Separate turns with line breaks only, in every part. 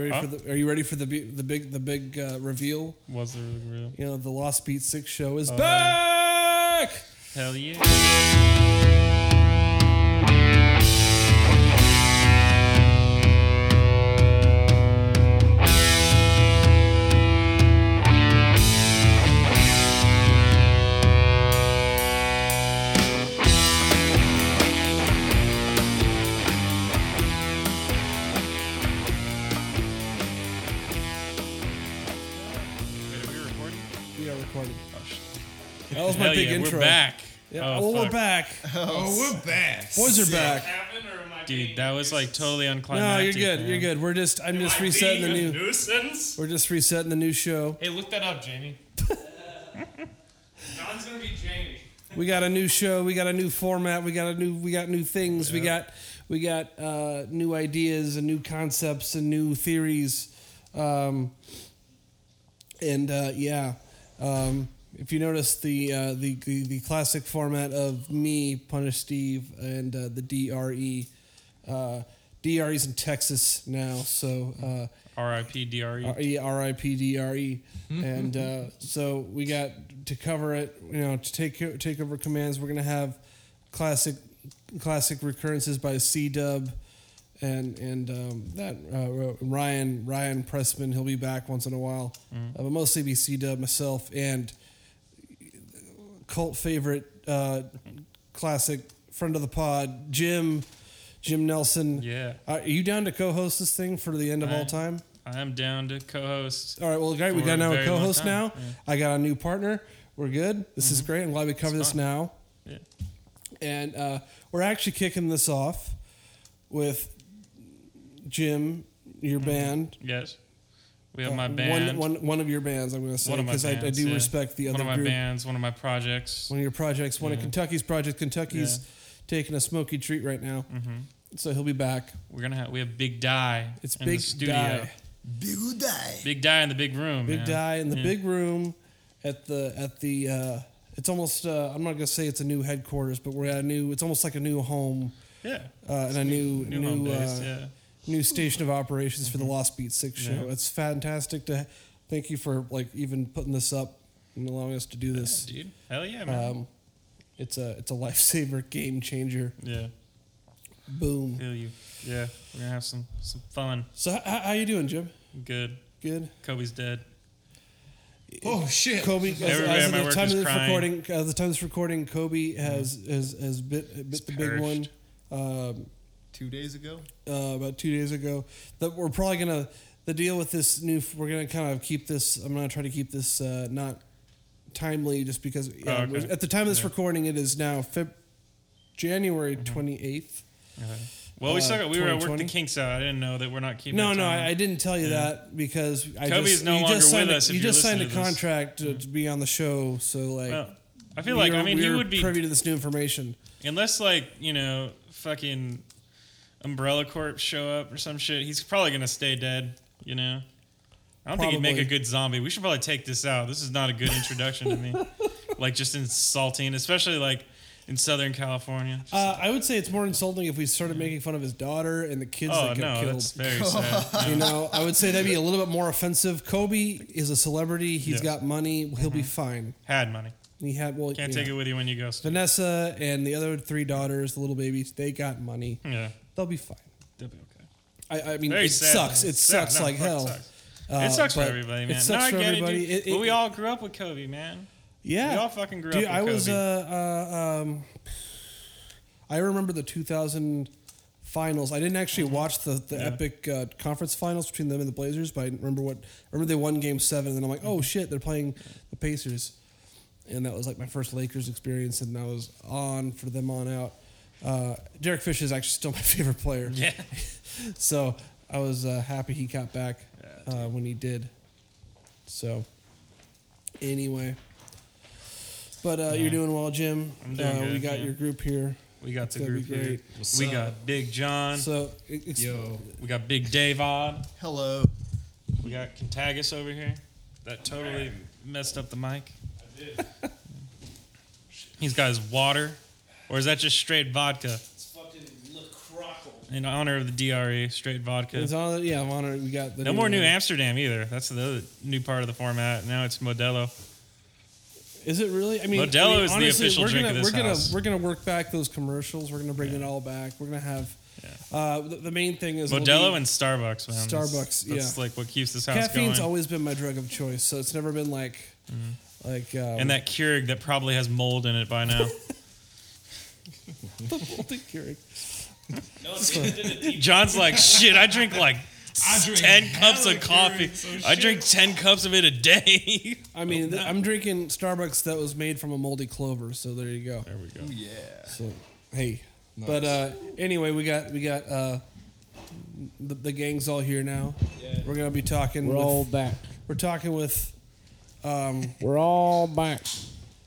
Ready
Huh?
for the, are you ready for the be- the big the big uh, reveal?
Was there a real?
You know, the Lost Beat Six show is back.
Hell Oh, yeah. Wait, are we recording?
We are recording.
Oh, shit.
That was my
Hell
big
yeah,
intro.
We're back.
Yeah.
Oh,
well, we're
fuck.
back.
Oh, we're back.
Boys are back.
Dude, that was like totally
No, you're
unclimactic.
good.
man.
You're good. We're just I'm just resetting the new.
nuisance.
We're just resetting the new show.
Hey, look that up, Jamie.
John's gonna be Jamie.
We got a new show. We got a new format. We got a new. We got new things. We got we got uh, new ideas and new concepts and new theories. Um, and uh, yeah, um, if you notice the, uh, the the the classic format of me punish Steve and uh, the DRE. Uh, DRE's in Texas now, so. Uh,
R.I.P. D.R.E.
R E R I P D R E,
Mm-hmm.
and uh, so we got to cover it. You know, to take co- take over commands. We're gonna have classic classic recurrences by C Dub, and and um, that uh, Ryan Ryan Pressman. He'll be back once in a while,
Mm-hmm.
uh, but mostly be C Dub myself and cult favorite uh, classic friend of the pod Jim Jim Nelson.
Yeah.
Are you down to co-host this thing for the end of all
I-
time?
I'm down to co-host.
All right, well, great. We
For
got
a
now a
very long
co-host
time,
now.
yeah.
I got a new partner. We're good. This is great. I'm glad we covered this
fun.
now.
Yeah.
And uh, we're actually kicking this off with Jim, your band.
Yes. We have Mm-hmm. my
Uh,
band.
One, one, one of your bands, I'm going to say,
One of my
because I, I
bands,
do
yeah.
respect the other
One of my
group.
bands, one of my projects.
One of your projects, one of Kentucky's project. Kentucky's taking a smoky treat right now,
Mm-hmm.
so he'll be back.
We're gonna have we have Big Die.
It's
in
Big
the studio.
Die.
Big die.
Big Die in the big room.
Big
man.
Die in the
Yeah.
big room at the at the uh, it's almost uh, I'm not gonna say it's a new headquarters, but we're at a new it's almost like a new home
Yeah.
uh, and a new
New,
new
home
uh,
base. Yeah. Mm-hmm.
new station of operations for the Lost Beat Six show.
Yeah.
It's fantastic to thank you for like even putting this up and allowing us to do
Yeah,
this.
dude. Hell yeah, man.
um, it's a it's a lifesaver, game changer.
yeah.
Boom.
Feel you. Yeah. We're gonna have some some fun.
So h- how, how you doing, Jim?
Good.
Good.
Kobe's dead.
Oh shit.
Kobe, as,
Everybody
as
at
of
my
the
work
time
is
of this
crying. Mm-hmm.
recording, as of the time of this recording, Kobe has has, has bit bit the big one
perished.
um,
Two days ago.
uh, about two days ago. That we're probably gonna the deal with this new. We're gonna kind of keep this. I'm gonna try to keep this uh, not timely, just because yeah,
Oh, okay.
at the time of this
Yeah. Mm-hmm.
recording, it is now Feb- January 28th.
Okay. Well, we
Uh,
still got, we were at work the
2020?
kinks out. I didn't know that we're not keeping.
No,
it
no,
time.
I, I didn't tell you that because I
Kobe's
just,
no
you
longer
just signed
with
a,
us if
you
you're
just signed a
listening to this. Oh.
contract to, to be on the show, so like.
Well, I feel like I
we're-
mean he
we're
would be
privy to this new information.
unless like you know fucking Umbrella Corp show up or some shit. He's probably gonna stay dead. You know. I don't think he'd make a
Probably.
good zombie. We should probably take this out. This is not a good introduction to me. Like just insulting, especially like in Southern California. Just-
Uh, I would say it's more insulting if we started making fun of his daughter and the kids
oh
that got
no,
killed.
that's very sad.
you know, I would say that'd be a little bit more offensive. Kobe is a celebrity. He's
Yeah.
got money. He'll be fine.
Had money.
He had well,
Can't
yeah.
take it with you when you go. Steve.
Vanessa and the other three daughters, the little babies, they got money.
Yeah,
They'll be fine.
they'll be okay.
I, I mean,
Very
it
sad.
sucks. It
Yeah,
sucks
no,
like
fuck,
hell.
sucks.
Uh,
it sucks for
but
everybody,
it
man.
sucks
no, I
for
get
everybody.
It, dude.
It- it-
but we all grew up with Kobe, man.
Yeah,
We all fucking grew
Dude,
up with
I was.
Kobe.
Uh, uh, um, I remember the 2000 finals. I didn't actually watch the, the
Mm-hmm. Yeah.
epic uh, conference finals between them and the Blazers, but I remember what. I remember they won Game Seven, and then I'm like, oh shit, they're playing the Pacers, and that was like my first Lakers experience, and I was on for them on out. Uh, Derek Fish is actually still my favorite player,
Yeah.
so I was uh, happy he got back uh, when he did. So, anyway. But uh, you're doing well, Jim.
I'm doing
uh, we
good,
got
yeah.
your group here.
We got the
That'd be
group here.
great.
What's
We
up?
got Big John.
So, e- ex-
Yo.
we got Big Dave on.
Hello.
We got Contagus over here. That totally messed up the mic. He's got his water. Or is that just straight vodka?
It's fucking LaCrockle.
in honor of the DRE straight vodka.
It's on. Yeah, I'm on it. We got the
No more New
one.
Amsterdam either. That's the other new part of the format. Now it's Modelo.
Is it really? I mean, I
Modelo
mean,
is the
honestly,
official
we're
drink
gonna,
of this
we're gonna,
house.
We're gonna work back those commercials. We're gonna bring it all back. We're gonna have. Uh, the, the main thing is we'll
Modelo
be-
and Starbucks, man. That's-
Starbucks,
That's
yeah.
like what keeps this house
caffeine's
going. Mm-hmm.
always been my drug of choice, so it's never been like, like. Um,
and that Keurig that probably has mold in it by now.
No, it's it's in a deep
John's like, shit, I drink like
I drink
ten cups
hella
of coffee.
Keurig, so
I
shit.
drink ten cups of it a day.
I mean, th- I'm drinking Starbucks that was made from a moldy clover, so there you go.
there we go.
Yeah.
So, hey, but uh, anyway, we got we got uh, the, the gang's all here now.
Yeah.
We're gonna be talking.
We're
with,
all back.
We're talking with. Um,
We're all back.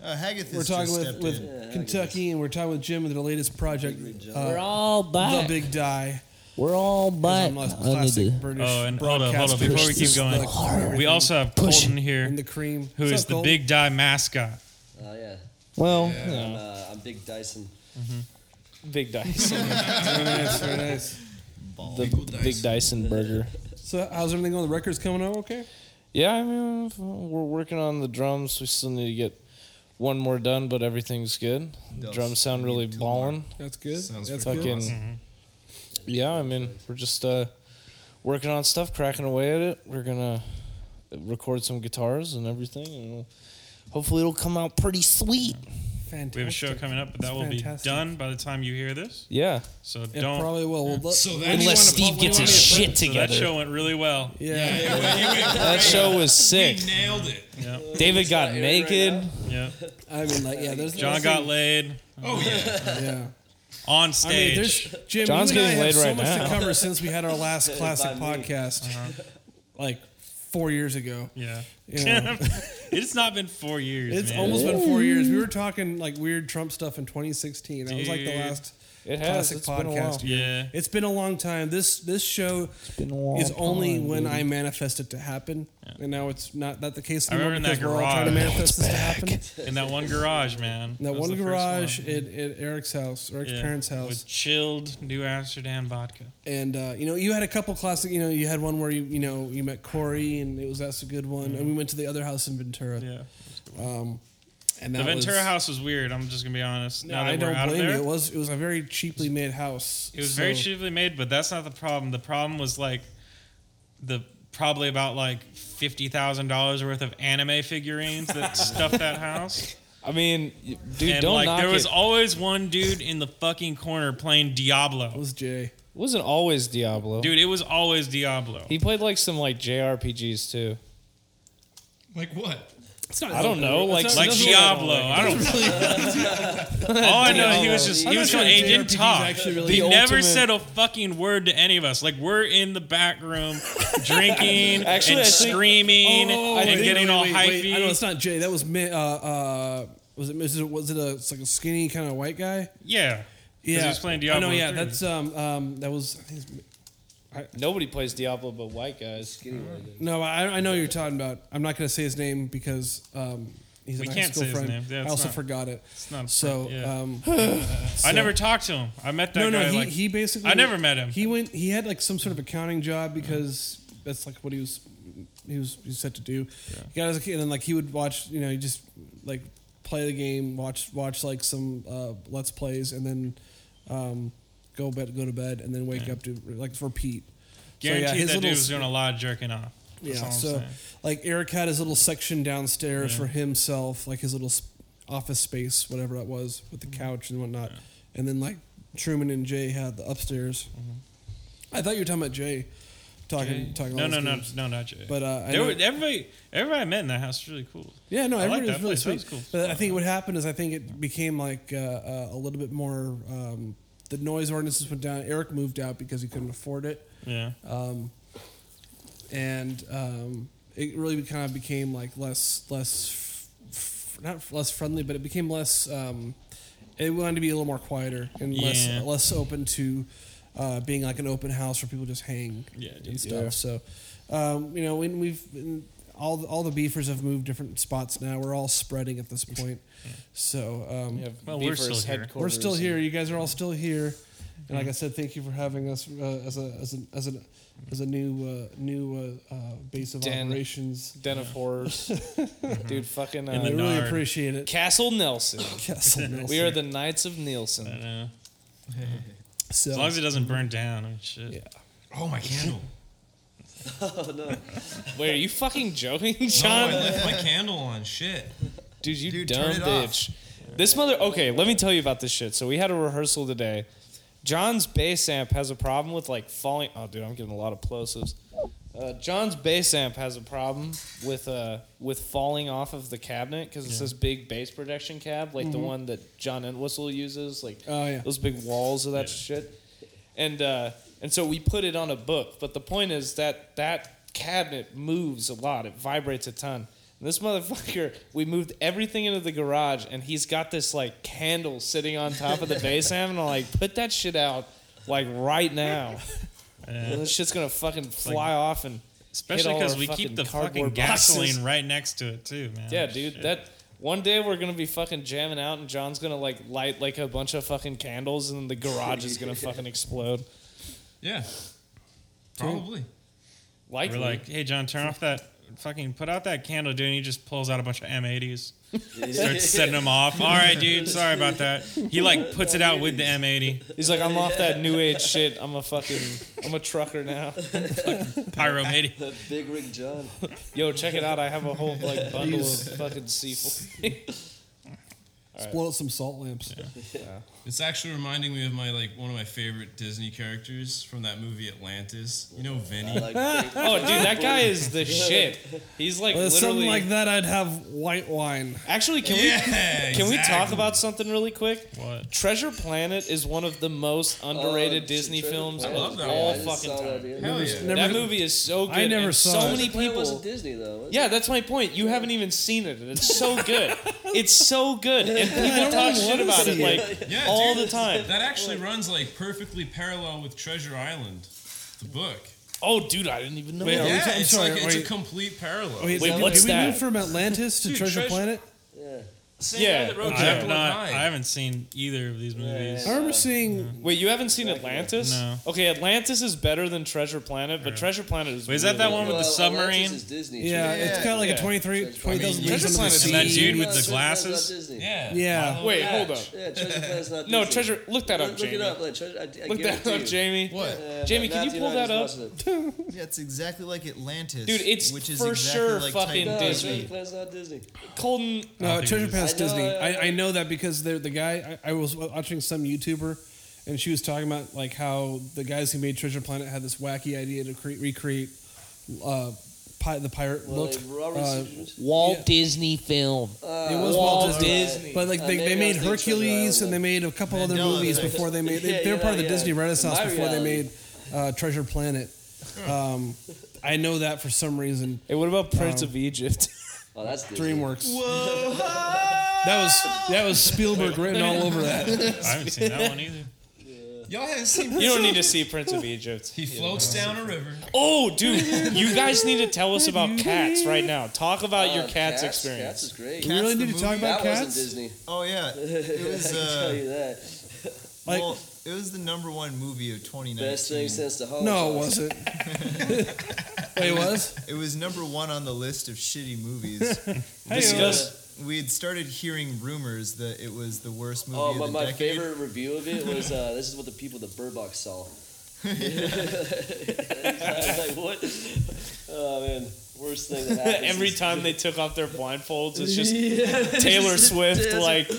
Uh, Haggith
we're
is
talking
just
with,
stepped
with
in.
Kentucky, and we're talking with Jim with their latest project,
We're
uh,
all
the
back.
Big Die.
We're all
is
back.
on
I
less
need
Classic
to-
British
Oh, and hold up, hold up. Before we keep
Push
going,
this hard.
we also have
Push
Colton here,
in the cream.
who is the big die mascot.
Oh yeah,
Well,
I'm, uh, I'm Big Dyson.
Big Dyson,
Ball.
the
Eagle
Big
dice.
Dyson burger.
So how's everything going? The record's coming out okay?
Yeah, I mean, if- we're working on the drums. We still need to get one more done, but everything's good.
Those
Drums sound really
need two more.
ballin'.
That's good.
Sounds
That's
pretty
good.
Fucking yeah, I mean, we're just uh, working on stuff, cracking away at it. We're gonna record some guitars and everything, and we'll- hopefully it'll come out pretty sweet.
Fantastic.
We have a show coming up, but that
That's
will
fantastic.
be done by the time you hear this.
Yeah,
So
It
don't.
probably will. We'll let-
So that
unless Steve gets his shit
so that
together.
show went really well.
yeah.
that show was
He
sick.
nailed it.
Yeah,
David got naked.
yeah.
I mean, like, yeah. There's
John got laid
Oh yeah.
Yeah.
on
I mean,
stage.
there's Jim.
John's
you and I
getting
have
laid
so
right
much
now.
to cover since we had our last classic
me.
podcast,
Uh-huh.
like four years ago.
yeah.
You know,
it's not been four years.
it's
man.
almost been four years. We were talking like weird Trump stuff in 2016. That was like the
Dude.
last
It has.
classic
It's been a while.
podcast.
Yeah.
It's been a long time. This this show
been a long
is only
time,
when
dude.
I manifest it to happen, and now it's not that the case
I
anymore
remember in
because
that
we're all trying to
garage.
manifest this to happen.
in that one garage, man.
That
was
one
the first
garage
one.
at, at Eric's house, Eric's
Yeah.
parents' house,
with chilled New Amsterdam vodka.
and uh, you know you had a couple classic. You know you had one where you you know you met Corey, and it was that's a good one. And we went to the other house in Ventura,
Mm-hmm. Yeah,
and that
the Ventura
was,
house was weird. I'm just gonna be honest.
No,
now that
I
we're
don't
out
blame
of there,
you. It was it was a very cheaply made house.
It was very
so-
cheaply made, but that's not the problem. The problem was like the probably about like fifty thousand dollars worth of anime figurines that stuffed that house.
I mean, y- dude,
and
don't
like
knock
there was
it.
always one dude in the fucking corner playing
It
Diablo.
was Jay.
Wasn't always Diablo.
Dude, it was always Diablo.
He played like some like JRPGs too.
Like what?
I don't know, like
It's not-
like
it doesn't-
Diablo. I don't. All I know, is he was just
I'm
he was
not
just
sure
he didn't
JRPGs
talk.
actually really-
he
The
never
ultimate-
said a fucking word to any of us. Like we're in the back room drinking
Actually,
and
I think-
screaming and
wait,
getting
Oh, wait,
all
wait, wait. I know it's
hypey.
not Jay. That was mi- uh, uh, was it was it was it a it's like a skinny kind of white guy?
Yeah. 'Cause
Yeah,
He was playing Diablo.
I know. Yeah,
3.
that's um um that was. I think it's-
Nobody plays Diablo but white guys.
No, I, I know you're talking about. I'm not going to say his name because um, he's
We
a high
can't
school
say his
friend.
name. Yeah,
I
it's
also
not-
forgot it.
not
so.
appropriate, yeah.
Um,
I never talked to him. I met that
no, no,
guy.
he,
like,
he basically.
I never met him.
He went. He had like some sort of accounting job because that's like what he was. He was he was set to do. He got as a kid, and then like he would watch. You know, he just like play the game, watch watch like some uh, let's plays, and then um, go bed go to bed, and then wake up to like repeat.
guaranteed
so, yeah, his
that
little
dude was doing a lot of jerking off. That's
yeah.
all I'm
So,
saying.
like, Eric had his little section downstairs for himself, like his little sp- office space, whatever that was, with the
Mm-hmm.
couch and whatnot. And then, like, Truman and Jay had the upstairs. I thought you were talking about Jay, talking, talking.
Mm-hmm. no,
all
no,
those
no,
games.
no, not Jay.
But uh, I
there
know-
were, everybody, everybody I met in that house was really cool.
yeah, no,
I like
everybody
that
was
place. That
really
was
sweet.
cool.
But I think what happened is I think it became like uh, uh, a little bit more. Um, the noise ordinances went down. Eric moved out because he couldn't afford it.
Yeah.
and um, it really kind of became like less less f- f- not f- less friendly, but it became less. Um, it wanted to be a little more quieter and less
Yeah.
less open to uh, being like an open house where people just hang
Yeah,
and
dude.
stuff. So um, you know when we've and all the, all the beefers have moved different spots now. We're all spreading at this point. So um,
Yeah,
Well, we're
Beaver's
still here.
we're still
headquarters
here. You guys are all still here. And
Mm-hmm.
like I said, thank you for having us uh, as a as an as an as a new uh, new uh, uh, base of
Den.
operations.
Den of Horrors, dude. Fucking uh,
In the
I really
Nard.
appreciate it.
Castle Nelson.
Castle
We are
Nelson.
the Knights of Nielsen.
I know.
So-
As long as it doesn't burn down. I mean, shit.
Yeah.
Oh, my candle.
Oh no.
Wait, are you fucking joking,
No, Oh, I
John?
left my candle on. Shit.
Dude, you
Dude,
dumb
turn it off.
bitch. This mother. Okay, let me tell you about this shit. So we had a rehearsal today. John's bass amp has a problem with like falling. Oh, dude, I'm getting a lot of plosives. Uh, John's bass amp has a problem with uh with falling off of the cabinet because it's this big bass protection cab, like the one that John Entwistle uses, like
Mm-hmm. Oh, yeah.
those big walls of that shit. And uh, and so we put it on a book. But the point is that that cabinet moves a lot. It vibrates a ton. And this motherfucker, we moved everything into the garage, and he's got this like candle sitting on top of the bass amp, and I'm like, put that shit out, like right now.
Yeah.
And this shit's gonna fucking fly
like-
off and.
Especially
all
because
our
we
fucking
keep the fucking
cardboard boxes.
gasoline right next to it too, man.
Yeah, dude.
Oh, Shit.
That one day we're gonna be fucking jamming out, and John's gonna like light like a bunch of fucking candles, and the garage is gonna fucking explode.
Yeah. Probably.
Likely.
we're like, hey, John, turn off that fucking put out that candle, dude. And he just pulls out a bunch of M80s, starts setting them off. All right, dude. Sorry about that. He like puts it out with the M80
He's like, I'm off that new age shit. I'm a fucking, I'm a trucker now.
pyro 80.
The big rig John.
Yo, check it out. I have a whole like bundle of fucking C4.
Blow out some salt lamps. Uh,
It's actually reminding me of my like one of my favorite Disney characters from that movie Atlantis. You know Vinny.
I like big,
Oh, dude, that guy is the shit. He's like
Well,
literally.
something like that, I'd have white wine.
Actually, can
yeah.
we can we talk about something really quick?
What?
Treasure Planet is one of the most underrated
Oh,
Disney
Treasure
films
Planet.
of
that
all
I just
fucking
saw
time.
That, the other
Hell
day.
yeah.
Never-
That movie is so good.
I never
and
saw
so
it.
many
Why was
people.
it Disney though? Was
Yeah, that's my point. You haven't even seen it, and it's so good. it's so good, and
don't
people talk
even
shit
wanna
about it
see it.
like
Yeah,
all
dude.
the time.
That actually runs like perfectly parallel with Treasure Island, the book.
Oh, dude, I didn't even know.
Wait,
that.
are we
yeah,
talking-
it's
sorry,
like
are
it's
we-
a complete parallel.
Wait,
Wait,
did,
what's
did we
that?
move from Atlantis to
Dude,
Treasure,
Treasure-
Planet?
Yeah.
Same
Yeah.
guy that wrote
I
Jekyll
have
and
not.
Hyde.
I haven't seen either of these movies.
I remember seeing
Wait, you haven't seen Atlantis?
No.
Okay, Atlantis is better than Treasure Planet, but Treasure Planet is.
Wait, is that that
really
one with the
Well,
submarine?
Atlantis is Disney.
Yeah, it's kind of like
Yeah.
a 23,
Treasure
Planet.
20,000 Leagues Under the
Treasure
Sea.
Planet is
And that dude with
No,
the
Treasure Planet's
glasses?
not Disney.
Yeah.
Yeah.
Milo
good. Wait,
Hatch.
hold up.
Yeah, Treasure Planet's not Disney.
No, Treasure. Look that up,
Look
Jamie.
it up. Like, treasure, I, I
Look that
guarantee
up,
you.
Jamie.
What?
Yeah,
Jamie, can you
Matthew
pull
and I
that
just
up?
watched it.
Yeah, it's exactly like Atlantis.
Dude, it's
which is
for
exactly
sure
like
fucking
Titan.
No,
Disney.
Treasure Planet's not Disney.
Colton.
I
No,
think
Treasure
it
Planet's
is. I know, uh,
Disney.
I-
I, I know that because they're the guy. I, I was watching some YouTuber, and she was talking about like how the guys who made Treasure Planet had this wacky idea to cre- recreate uh, pi- the pirate
Well,
look.
like, Robert
Uh,
Simon's-
Walt
Yeah.
Disney film.
Uh,
it was
Walt
Walt Disney,
Disney.
but like
Uh,
they,
maybe
they
I
made
was thinking Treasure
Hercules, and
Island.
they made a couple other
Mandela
movies
Effect.
before they made. They,
Yeah,
they were
yeah,
part of the
yeah.
Disney Renaissance
My
before they
reality.
made uh, Treasure Planet. Um, I know that for some reason.
Hey, what about Prince of Egypt?
Oh, that's Disney.
DreamWorks. That was that was Spielberg written all over that.
I haven't seen that one either.
Y'all haven't seen.
you don't need to see Prince of Egypt.
He floats down a river.
Oh, dude, you guys need to tell us about cats right now. Talk about
Uh,
your cats,
Cats
experience.
is great.
we really
the
need to talk
movie?
about
that
cats.
wasn't Disney.
Oh yeah, it was.
I can tell
Uh,
you that.
Like-
well, it was the number one movie of 2019.
Best thing since the Holocaust.
No, it wasn't. Wait, it was?
It was number one on the list of shitty movies.
uh,
Discuss.
we had started hearing rumors that it was the worst movie
Oh,
of
my,
the
my
decade.
favorite review of it was uh, this is what the people at the Bird Box saw. I was like, what? Oh, man. Worst thing that happened.
Every
since-
time they took off their blindfolds, it's just
Yeah.
Taylor Swift.
Dancing.
Like,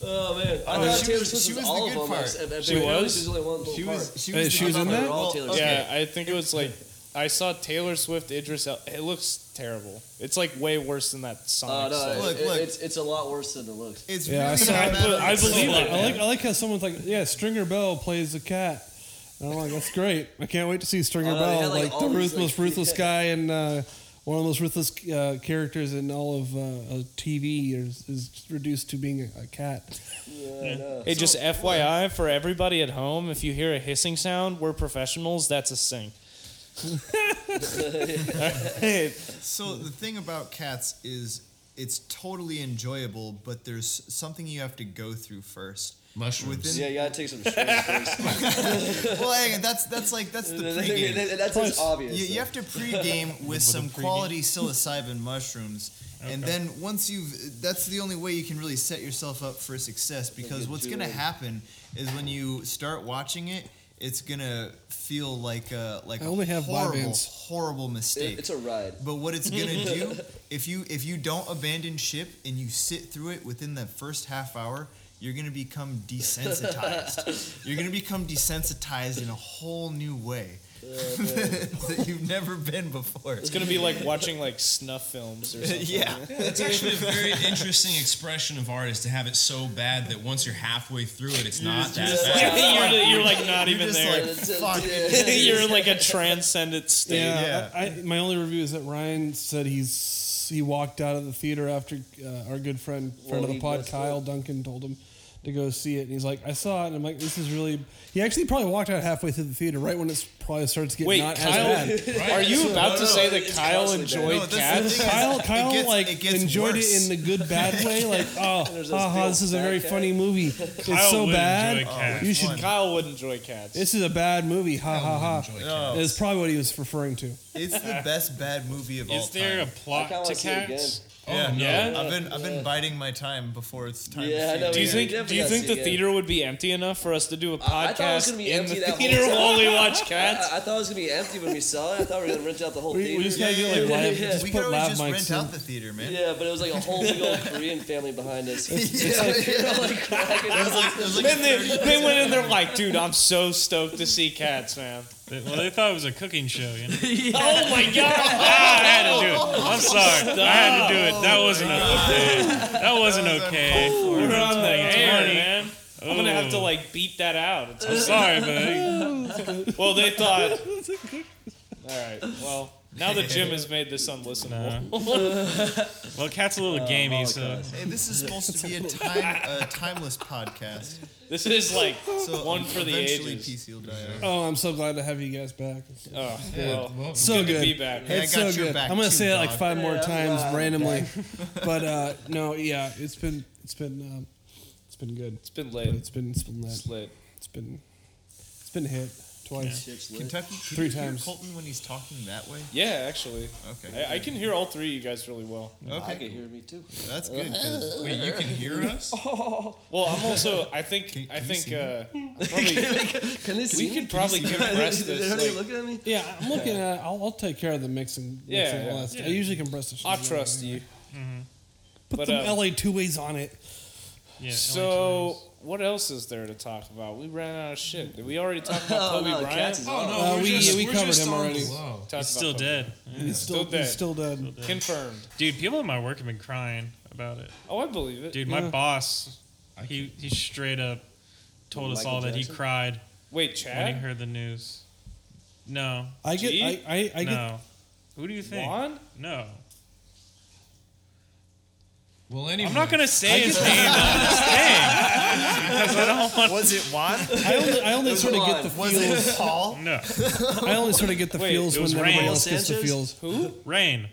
Oh, man. I
Oh,
thought
she
Taylor
was-
Swift
she was
was
the
all
good
of them. I-
part.
I- I-
She
I-
was?
There's only one little
She
part.
was. She
Hey,
was, the
she was in
number-
that?
well,
Taylor
okay.
yeah, I think it was like I saw Taylor Swift, Idris. El- it looks terrible. It's like way worse than that song.
Oh, no. it-
Look,
it-
look.
It's, it's a lot worse than it looks.
It's
Yeah, I
really
saw
not
it,
bad
but
on
I
its own.
believe it.
I like I like how someone's like, yeah, Stringer Bell plays a cat. And I'm like, that's great. I can't wait to see Stringer
Oh, they
Bell,
had, like,
like, the
all these,
ruthless,
like-
ruthless guy, and uh, one of the most ruthless uh, characters in all of uh, uh, TV is, is reduced to being a, a cat.
Yeah, I know.
Hey, just FYI for everybody at home, if you hear a hissing sound, we're professionals. That's a sink. Hey,
So the thing about cats is it's totally enjoyable, but there's something you have to go through first.
Mushrooms.
Within-
Yeah, you gotta take some stress first.
well, hang on, that's that's like that's the pregame.
That's just
You,
obvious.
you
though.
have to pregame with some quality psilocybin mushrooms, and then once you've, that's the only way you can really set yourself up for success. Because
get
what's
you
going to
in.
happen is when you start watching it, it's going to feel like a like
I only
a
have
horrible,
Vyvanse.
horrible mistake.
It- It's a ride.
But what it's gonna do if you if you don't abandon ship and you sit through it within the first half hour, you're gonna become desensitized. you're gonna become desensitized in a whole new way that you've never been before.
It's gonna be like watching like snuff films or something.
Yeah,
It's actually a very interesting expression of artists to have it so bad that once you're halfway through it, it's not that
just
bad.
like-
you're, you're like not
you're
even
just
there.
like
It's-
fuck.
yeah.
you're in like a transcendent state.
Yeah, I, my only review is that Ryan said he's he walked out of the theater after uh, our good friend friend
Well,
of the
he
pod
messed
Kyle
up.
Duncan told him to go see it, and he's like, I saw it, and I'm like, this is really. He actually probably walked out halfway through the theater, right when it probably starts getting
Wait,
not
Kyle,
as bad.
are you about to
no,
say that
it's
Kyle
constantly bad.
enjoyed
No, that's the
cats?
thing.
Kyle,
It
Kyle,
gets-
like
it gets
enjoyed
worse.
it in the good bad way, like oh,
There's those
haha,
big
this is a
fat
very
cat.
funny movie. it's
Kyle
so
would
bad.
enjoy cats.
You should.
Kyle would enjoy cats.
This is a bad movie. Ha ha ha.
No,
It's probably what he was referring to.
it's the best bad movie
Oh,
of all
Is there a
time.
I kinda
plot to
wanna see it
cats?
yeah,
yeah?
Oh, I've been I've been biting my time before it's time.
Yeah, I
to
know.
do you
Yeah,
think?
you
Do
definitely
you
gotta
think
see
the
it.
theater would be empty enough for us to do a
I- I thought it was
podcast
gonna be
in
empty
the
that whole
theater
time.
while we watch cats?
I, I thought it was gonna be empty when we saw it. I thought we were gonna rent out the whole
We- we
theater.
just gotta get, like, live-
yeah.
just
we
put
could always
loud
just
mics
rent
in.
out the theater, man.
Yeah, but it was like a whole big old Korean family behind us.
Yeah. It was like a
And they,
30
they went in there like, dude, I'm so stoked to see cats, man.
They- Well, they thought it was a cooking show, you know.
Oh my god!
I had to do it. I'm sorry. I had to do it. That wasn't okay. That wasn't okay.
We're on the air,
Twenty.
man. I'm gonna have to
Ooh.
like beat that out. It's-
I'm sorry, but
well, they thought. All right. Well, now that Jim has made this unlistenable,
well, cat's a
Oh,
little gamey, so
Hey, this is supposed to be a time, a timeless podcast.
this is like oh,
So
one for the
eventually
ages.
PC will die out.
Oh, I'm so glad to have you guys back.
Oh, well,
Well,
So
good,
good.
to be back.
Hey, I
it's
got
so
your
good.
back
I'm gonna
too,
say it like
dog.
five more
Yeah, I'm
times
glad I'm
randomly, but uh, no, yeah, it's been it's been um, it's been good.
It's been
But
late.
it's been it's been
It's
lit.
late.
It's been it's been hit twice.
Kentucky, can
Three
you hear
times.
Colton when he's talking that way.
Yeah, actually,
Okay.
I, I can hear all three of you guys really well.
I
Okay.
can hear me too.
That's good. 'cause- Wait, you can hear us?
Well, I'm also. I think.
Can-
I
can you
think.
see
Uh, probably,
Can they see
we
me?
could probably compress
Are they
this. Like,
looking at me?
Yeah, I'm looking at. I'll, I'll take care of the mixing.
Yeah,
mixing
yeah.
all that stuff. I usually compress the. shit
I
out of
trust
it.
you.
Put
But,
some
uh,
LA two ways on it.
yeah.
So, what else is there to talk about? We ran out of shit. Did we already talk about
Oh,
Kobe
no,
Bryant?
cats is
Oh
on.
no,
Uh,
we're
we-
just,
we
we're
covered
just
him
on
already.
below.
Talk
he's still
about Kobe.
dead.
He's still,
still
he's
dead.
still dead.
Confirmed.
Dude, people at my work have been crying about it.
Oh, I believe it.
Dude, my
Yeah.
boss, he he straight up told us
Michael
all that he
Jackson?
cried
Wait,
when he
Chad.
heard the news. No,
I get. I I, I get.
no. Who do you think?
Juan?
No.
Well, anyway,
I'm not gonna say his name on this thing because I don't want.
Was it Juan?
I only, I only
was
sort of get
Juan.
the
Was
feels.
it Paul?
No,
I only sort of get the
Wait,
feels
it
when
was
everybody
Rain.
else gets the
Sanchez?
feels.
Who?
rain,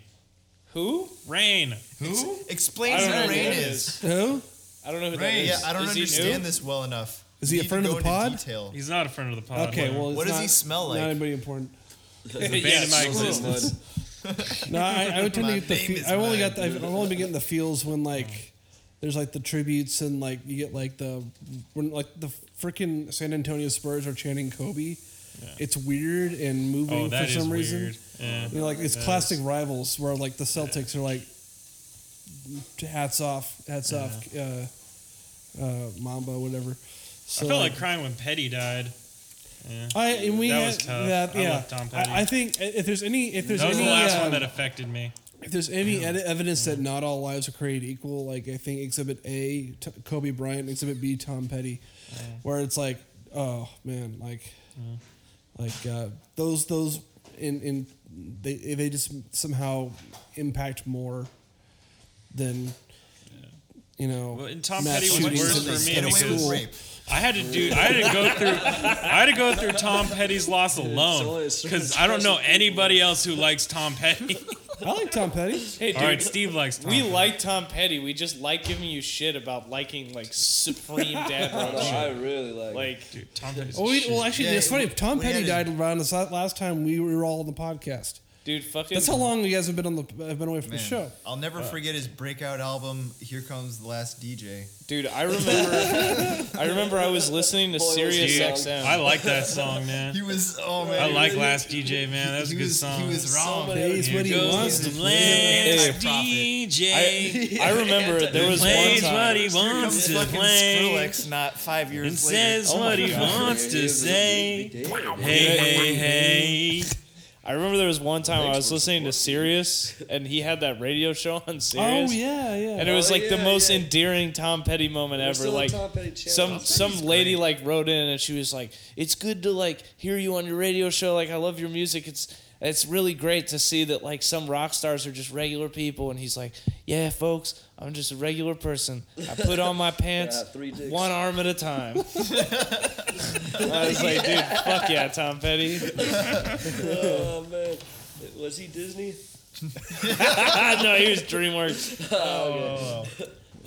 Who?
rain.
who?
Explain
I don't know
who
who
Rain
that
is.
is.
Who?
I don't know who that
Rain.
is.
Yeah, I don't
Is he new?
understand this well enough.
Is he a
Need to
friend of
go
the
into
pod?
detail.
He's not a friend of the pod.
Okay, well, it's
What does
not,
he smell like?
Not anybody important.
abandoned my
screw him.
existence.
No, I, I would tend
My
to get the.
name
Fe-
is
I've only got. The,
Mike.
I've only been getting the feels when like, there's like the tributes and like you get like the when like the freaking San Antonio Spurs are chanting Kobe. It's weird and moving
Oh,
for
that is
some reason.
weird. Yeah.
You know, like it's
That
classic rivals where like the Celtics are like, hats off, hats off, uh, uh, Mamba, whatever. So
I felt like crying when Petty died. Yeah.
I and we
That
had
was tough.
that
I
yeah.
love Tom Petty.
I, I think if there's any if there's
that was
any
the last
um,
one that affected me.
if there's any ed- evidence that not all lives are created equal, like I think Exhibit A, t- Kobe Bryant, Exhibit B, Tom Petty, where it's like, oh man, like, like uh, those those in in they they just somehow impact more than you know.
Well, and Tom
mass
Petty was
shootings
worse
in-
for me
in
Get away
school.
with
because
rape.
I had to do. I had to go through. I had to go through Tom Petty's loss
only
alone
a certain
because I don't know
person.
anybody else who likes Tom Petty.
I like Tom Petty.
Hey, dude,
All right, Steve likes Tom.
we
Petty.
like Tom Petty. We just like giving you shit about liking like supreme dad rock
No,
shit.
I really like.
Like,
Dude, Tom Petty's
Oh, we, well, actually,
Yeah,
it's funny.
we-
Tom
we
Petty
had
died around the last time we were all on the podcast.
dude, fucking.
That's how long you guys have been on the have been away from
Man,
the show.
I'll never forget his breakout album, Here Comes the Last DJ.
Dude, I remember. I remember I was listening to
Boy, was
Sirius
he young.
XM.
I like that song, man.
He was, oh man.
I
he
like
was-
Last DJ, man. That was a
he
good
was,
song.
He was wrong.
Somebody-
Pays what he
Goes
wants
the
to
last
Anti-profit.
DJ.
I remember there was one
plays what
time.
he
Here comes
wants to
fucking
play
Skrillex, not five years
and
later.
says
Oh my
what he
God.
wants to say.
Damn. Wow.
Hey, hey, hey.
I remember there was one time I was listening to Sirius, and he had that radio show on
Oh
Sirius.
yeah, yeah.
And it was
Oh,
like the
yeah,
most
yeah.
endearing Tom Petty moment ever.
still on
Like
Tom Petty channel.
some
Tom
some lady like wrote in and she was like, "It's good to like hear you on your radio show. Like I love your music. It's it's really great to see that like some rock stars are just regular people." And he's like, "Yeah, folks, I'm just a regular person. I put on my pants
Yeah, three dicks.
one arm at a time." I was like, "Dude, fuck yeah, Tom Petty."
Oh man, was he Disney?
no, he was DreamWorks.
oh,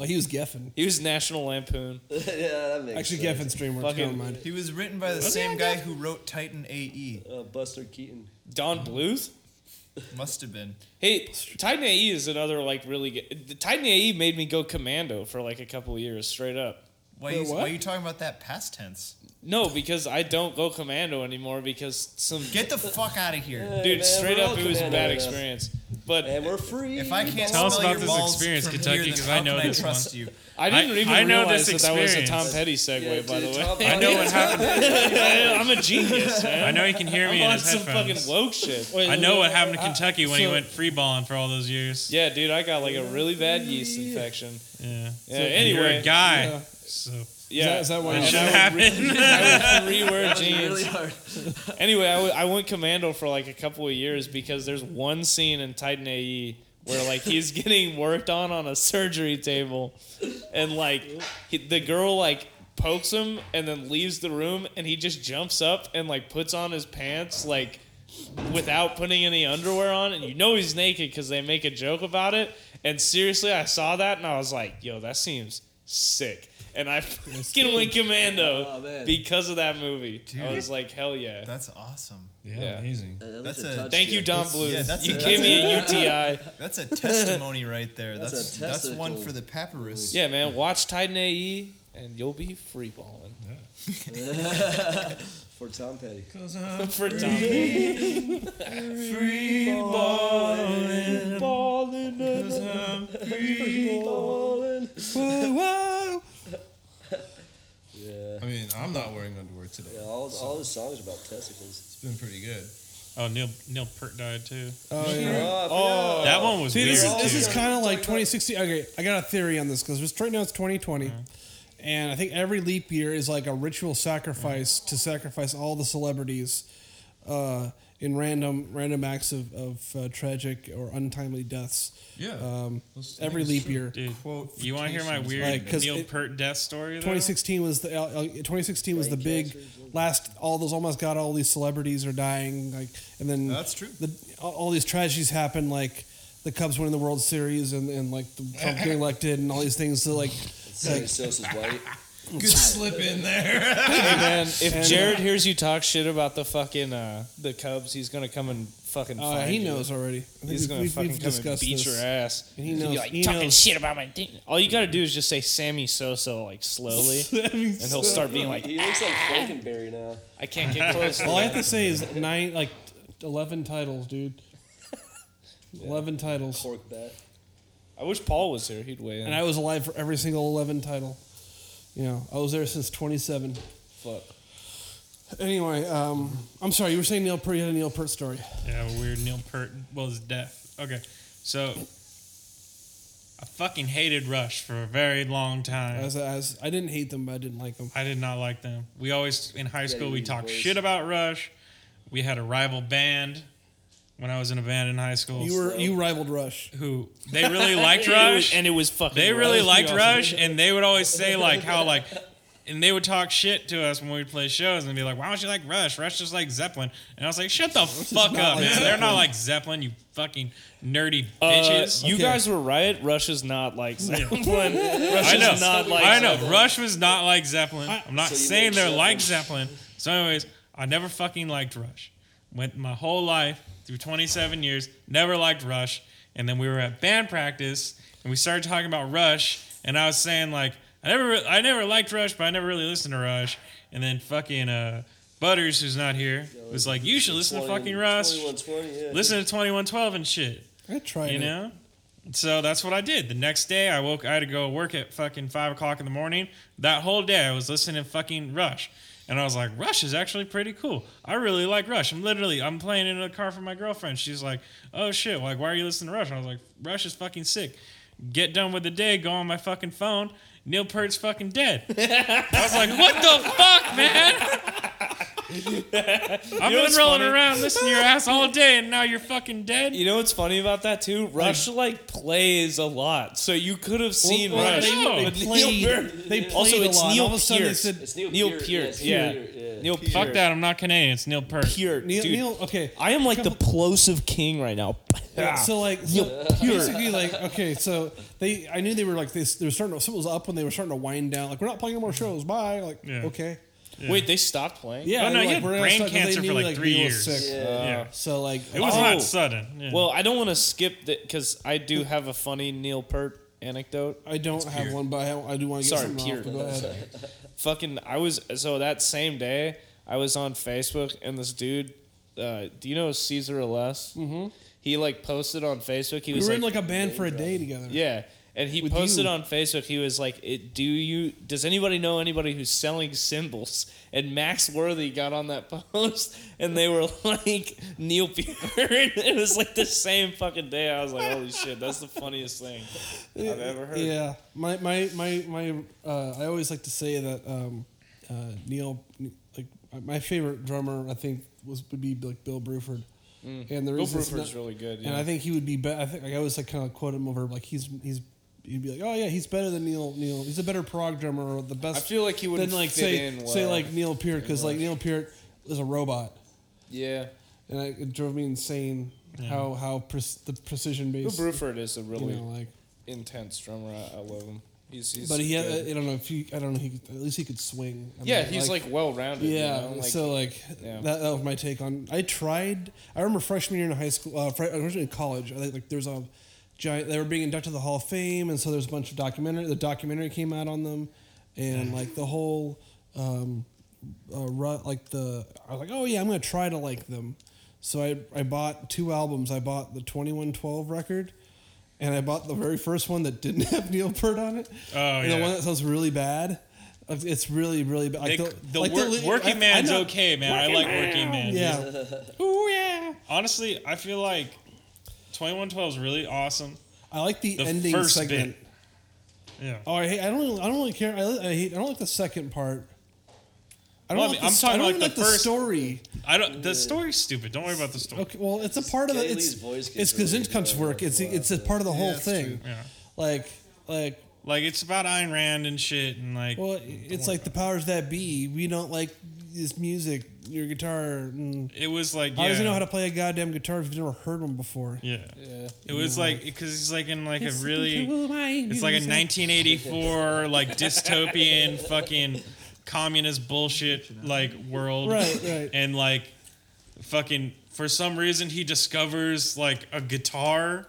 he was Geffen.
He was National Lampoon.
yeah, that makes
Actually,
sense.
Geffen's dream works.
Fucking-
Never mind.
He was written by the same guy who wrote Titan E. AE.
Uh, Buster Keaton.
Don Bluth.
Must have been.
Hey, Titan AE is another like really good. Titan AE made me go commando for like a couple of years straight up.
Why,
Wait,
you, why
what?
are you talking about that past tense?
No, because I don't go commando anymore because some
Get the fuck out of here.
dude
man,
straight
we're all
up it was a
commando
bad
now.
experience. But
And we're free.
If I can't
Tell us
smell
about
your
this
balls
experience,
from
Kentucky,
here, then
'cause
how
I know
can
this
I trust you.
I didn't
I-
even
I know
realize
this
that that was a Tom
experience.
Petty segue.
Yeah,
by
dude,
the way,
Tom
I know what happened.
I'm a genius, man.
I know he can hear me
I'm
in
on
his
some fucking
headphones.
woke shit.
I know what happened to Kentucky when he
so-
went free balling for all those years.
Yeah, dude, I got like a really bad yeast infection.
Yeah.
Yeah,
You're a
anyway,
guy.
Yeah.
So
yeah,
is that why
And
you-
should
I would-
happen.
I would rewear jeans.
really hard. Uh,
Anyway, I, w- I went commando for like a couple of years because there's one scene in Titan AE where like he's getting worked on on a surgery table, and like he, the girl like pokes him and then leaves the room, and he just jumps up and like puts on his pants like without putting any underwear on, and you know he's naked because they make a joke about it. And seriously, I saw that and I was like, yo, that seems sick. And I fucking went commando
Oh, man.
because of that movie. I
Dude.
was like, hell yeah.
That's awesome.
Yeah,
Yeah.
amazing.
That
That's
was
a-
touch
Thank you, Don
That's-
Bluth.
yeah, that's
you
a-
gave me a UTI.
That's a testimony right there.
That's
That's
a
that's, one
testicle.
for the papyrus.
yeah, man, watch Titan AE and you'll be free balling.
For Tom Petty.
For Tom. free balling.
Yeah.
I mean, I'm not wearing underwear today.
Yeah, all, all his songs are about testicles.
It's been pretty good.
Oh, Neil Neil Peart died too.
Oh yeah.
Oh,
that one was
See,
weird.
this is, this
too.
is kind of like 2016. Okay, I got a theory on this because right now it's 2020, and I think every leap year is like a ritual sacrifice to sacrifice all the celebrities uh, in random random acts of, of uh, tragic or untimely deaths.
Yeah.
Um,
Let's-
every leap year.
Dude,
Quote
you want to hear my
vacations.
weird
Like, 'cause
Neil
it-
Peart death story? Though?
2016 was the uh, 2016 was the big last. All those almost got all these celebrities are dying. Like and then
That's true.
The, all- all these tragedies happen. Like the Cubs winning the World Series and, and like the Trump getting elected and all these things. So like
Sammy Sosa's white.
Good slip in there.
Hey, man, if
And-
Jared hears you talk shit about the fucking uh, the Cubs, he's going to come and fucking
uh,
find
he
you.
knows already. I think
He's
we've-
going to
we've-
fucking
we've
come and
discussed
beat
this.
your ass.
And he
He'll be
knows.
like,
he
talking
knows.
shit about my dick. All you got to do is just say Sammy Sosa, like, slowly. and he'll start being like,
He looks like Frankenberry now.
I can't get close.
All I have to say is nine, like eleven titles, dude. Eleven titles,
Pork bat.
I wish Paul was here. He'd weigh in.
and I was alive for every single eleven title. You know, I was there since 27.
Fuck.
Anyway, um, I'm sorry. You were saying Neil Peart. You had a Neil Peart story.
Yeah, a weird Neil Peart. Well, his death. Okay, so I fucking hated Rush for a very long time.
As, as I didn't hate them, but I didn't like them.
I did not like them. We always in high school
you
we
were
talked
boys.
shit about Rush. We had a rival band when I was in a band in high school.
You were you rivaled Rush.
who they really liked
And it
Rush.
was- and it was fucking.
They really
rough.
liked
Awesome.
Rush, and they would always say like how like and they would talk shit to us when we'd play shows and be like, "Why don't you like Rush? Rush is like Zeppelin." And I was like, "Shut the
not
fuck up,
like
man! They're
Zeppelin."
not like Zeppelin, you fucking nerdy
Uh,
bitches."
you
Okay.
guys were right. Russia's not like Zeppelin.
I
Russia's
know.
not like
I know.
Zeppelin.
Rush was not like Zeppelin. I, am not
So you
saying
like
they're
Zeppelin.
like Zeppelin. So, anyways, I never fucking liked Rush. Went my whole life through 27 years, never liked Rush. And then we were at band practice, and we started talking about Rush, and I was saying like, I never, re- I never liked Rush, but I never really listened to Rush. And then fucking uh, Butters, who's not here, was like, you should listen to fucking Rush.
21, yeah,
Listen to 2112 and shit.
I tried
You
it.
know? So that's what I did. The next day, I woke. I had to go work at fucking five o'clock in the morning. That whole day, I was listening to fucking Rush, and I was like, Rush is actually pretty cool. I really like Rush. I'm literally, I'm playing in the car for my girlfriend. She's like, Oh shit, like why are you listening to Rush? And I was like, Rush is fucking sick. Get done with the day. Go on my fucking phone. Neil Peart's fucking dead. I was like, What the fuck, man? I've
know
been
what's
rolling
funny?
around listening to your ass all day, and now you're fucking dead.
You know what's funny about that too? Rush like plays a lot, so you could have seen
well,
Rush.
they- they
but
played-
Peart-
they played
also,
a
it's
lot.
Neil
All of a sudden they
Peart.
said-
It's Neil,
Neil
Peart.
Peart,
it's
yeah.
Peart, yeah.
Neil Peart.
Fuck that. I'm not Canadian. It's Neil Peart.
Peart,
Neil,
dude.
Neil, okay.
I am like the plosive king right now.
Yeah, so like so
Neil
basically like okay so they I knew they were like this they were starting to something was up when they were starting to wind down like we're not playing no more shows bye like
Mm-hmm. Yeah.
okay
Wait, they stopped playing?
yeah they
Oh, no,
were
he
like,
had
"We're gonna
brain
stop," 'cause they
cancer for,
knew,
like, three
Neil was
years.
sick.
Yeah.
Yeah.
so like
Uh, It was
Oh.
not sudden. Yeah.
Well, I don't want to skip that because I do have a funny Neil Peart anecdote.
I don't have
Peart.
one but I, have- I do want to get
Sorry,
something
Peart.
off, but go ahead.
Fucking, I was so that same day I was on Facebook and this dude, uh, do you know Caesar Aless? Mm-hmm. He like posted on Facebook. He
we
was
were
like,
in like a band for a day together
Yeah. And he
With
posted
you.
on Facebook, he was like, it, "Do you? Does anybody know anybody who's selling symbols?" And Max Worthy got on that post, and they were like Neil Peart. it was like the same fucking day. I was like, "Holy shit, that's the funniest thing I've ever heard."
Yeah, my my my my. Uh, I always like to say that um, uh, Neil, like my favorite drummer, I think was would be like Bill Bruford. And the
Mm. Bill
reason it's
Bruford's
not-
really good.
and
Yeah.
I think he would be. Be- I think like, I always like kind of quote him over like he's he's. He'd be like, oh yeah, he's better than Neil. Neil, he's a better prog drummer or the best.
I feel like he wouldn't
than like
fit
say
in
say
well
like Neil Peart because like Neil Peart is a robot,
yeah.
and I, it drove me insane how how pre- the precision
Bill
based.
Bruford is a
You
really
know, like
intense drummer. I, I love him. He's, he's
but he, had,
good.
I don't know if he, I don't know, he could, at least he could swing. I
yeah,
mean,
he's like, well rounded.
yeah.
you know? like,
so like,
yeah.
that, that was my take on. I tried. I remember freshman year in high school, uh, fre- originally in college. I think like there's a giant. They were being inducted to the Hall of Fame, and so there's a bunch of documentary. The documentary came out on them, and like the whole, um, uh, ru- like the I was like, oh yeah, I'm gonna try to like them. So I I bought two albums. I bought the 2112 record. And I bought the very first one that didn't have Neil Peart on it.
Oh,
and the
yeah.
one that sounds really bad. It's really, really bad.
They-
Like
the
like
wor-
li-
working
I- I
man's
know-
okay, man. I like working man.
Yeah,
Honestly, I feel like 2112 is really awesome.
I like the,
The
ending
first
segment.
bit. Yeah.
Oh, I hate. I don't. Really, I don't really care. I, li- I hate. I don't like the second part. I don't.
Well, I
like
mean, I'm
the,
talking
I don't
like
even
the
like the
first-
story.
I don't. The story's stupid. Don't worry about the story.
Okay, well, it's a part of the.
Scaly's
It's
voice
it's
gets really
Kazinkov's
good
work. It's
after a
it's a part of the whole
that's
thing.
Yeah.
Like like
Like it's about Ayn Rand and shit, and like
well, it's like the powers that be. We don't like this music. Your guitar. And
it was like yeah.
How does he know how to play a goddamn guitar if you've never heard one before?
yeah. It was like because he's like in like a
Listen
really.
to my
It's like a
music.
1984 like dystopian fucking communist bullshit like world.
Right, right.
And like fucking for some reason he discovers like a guitar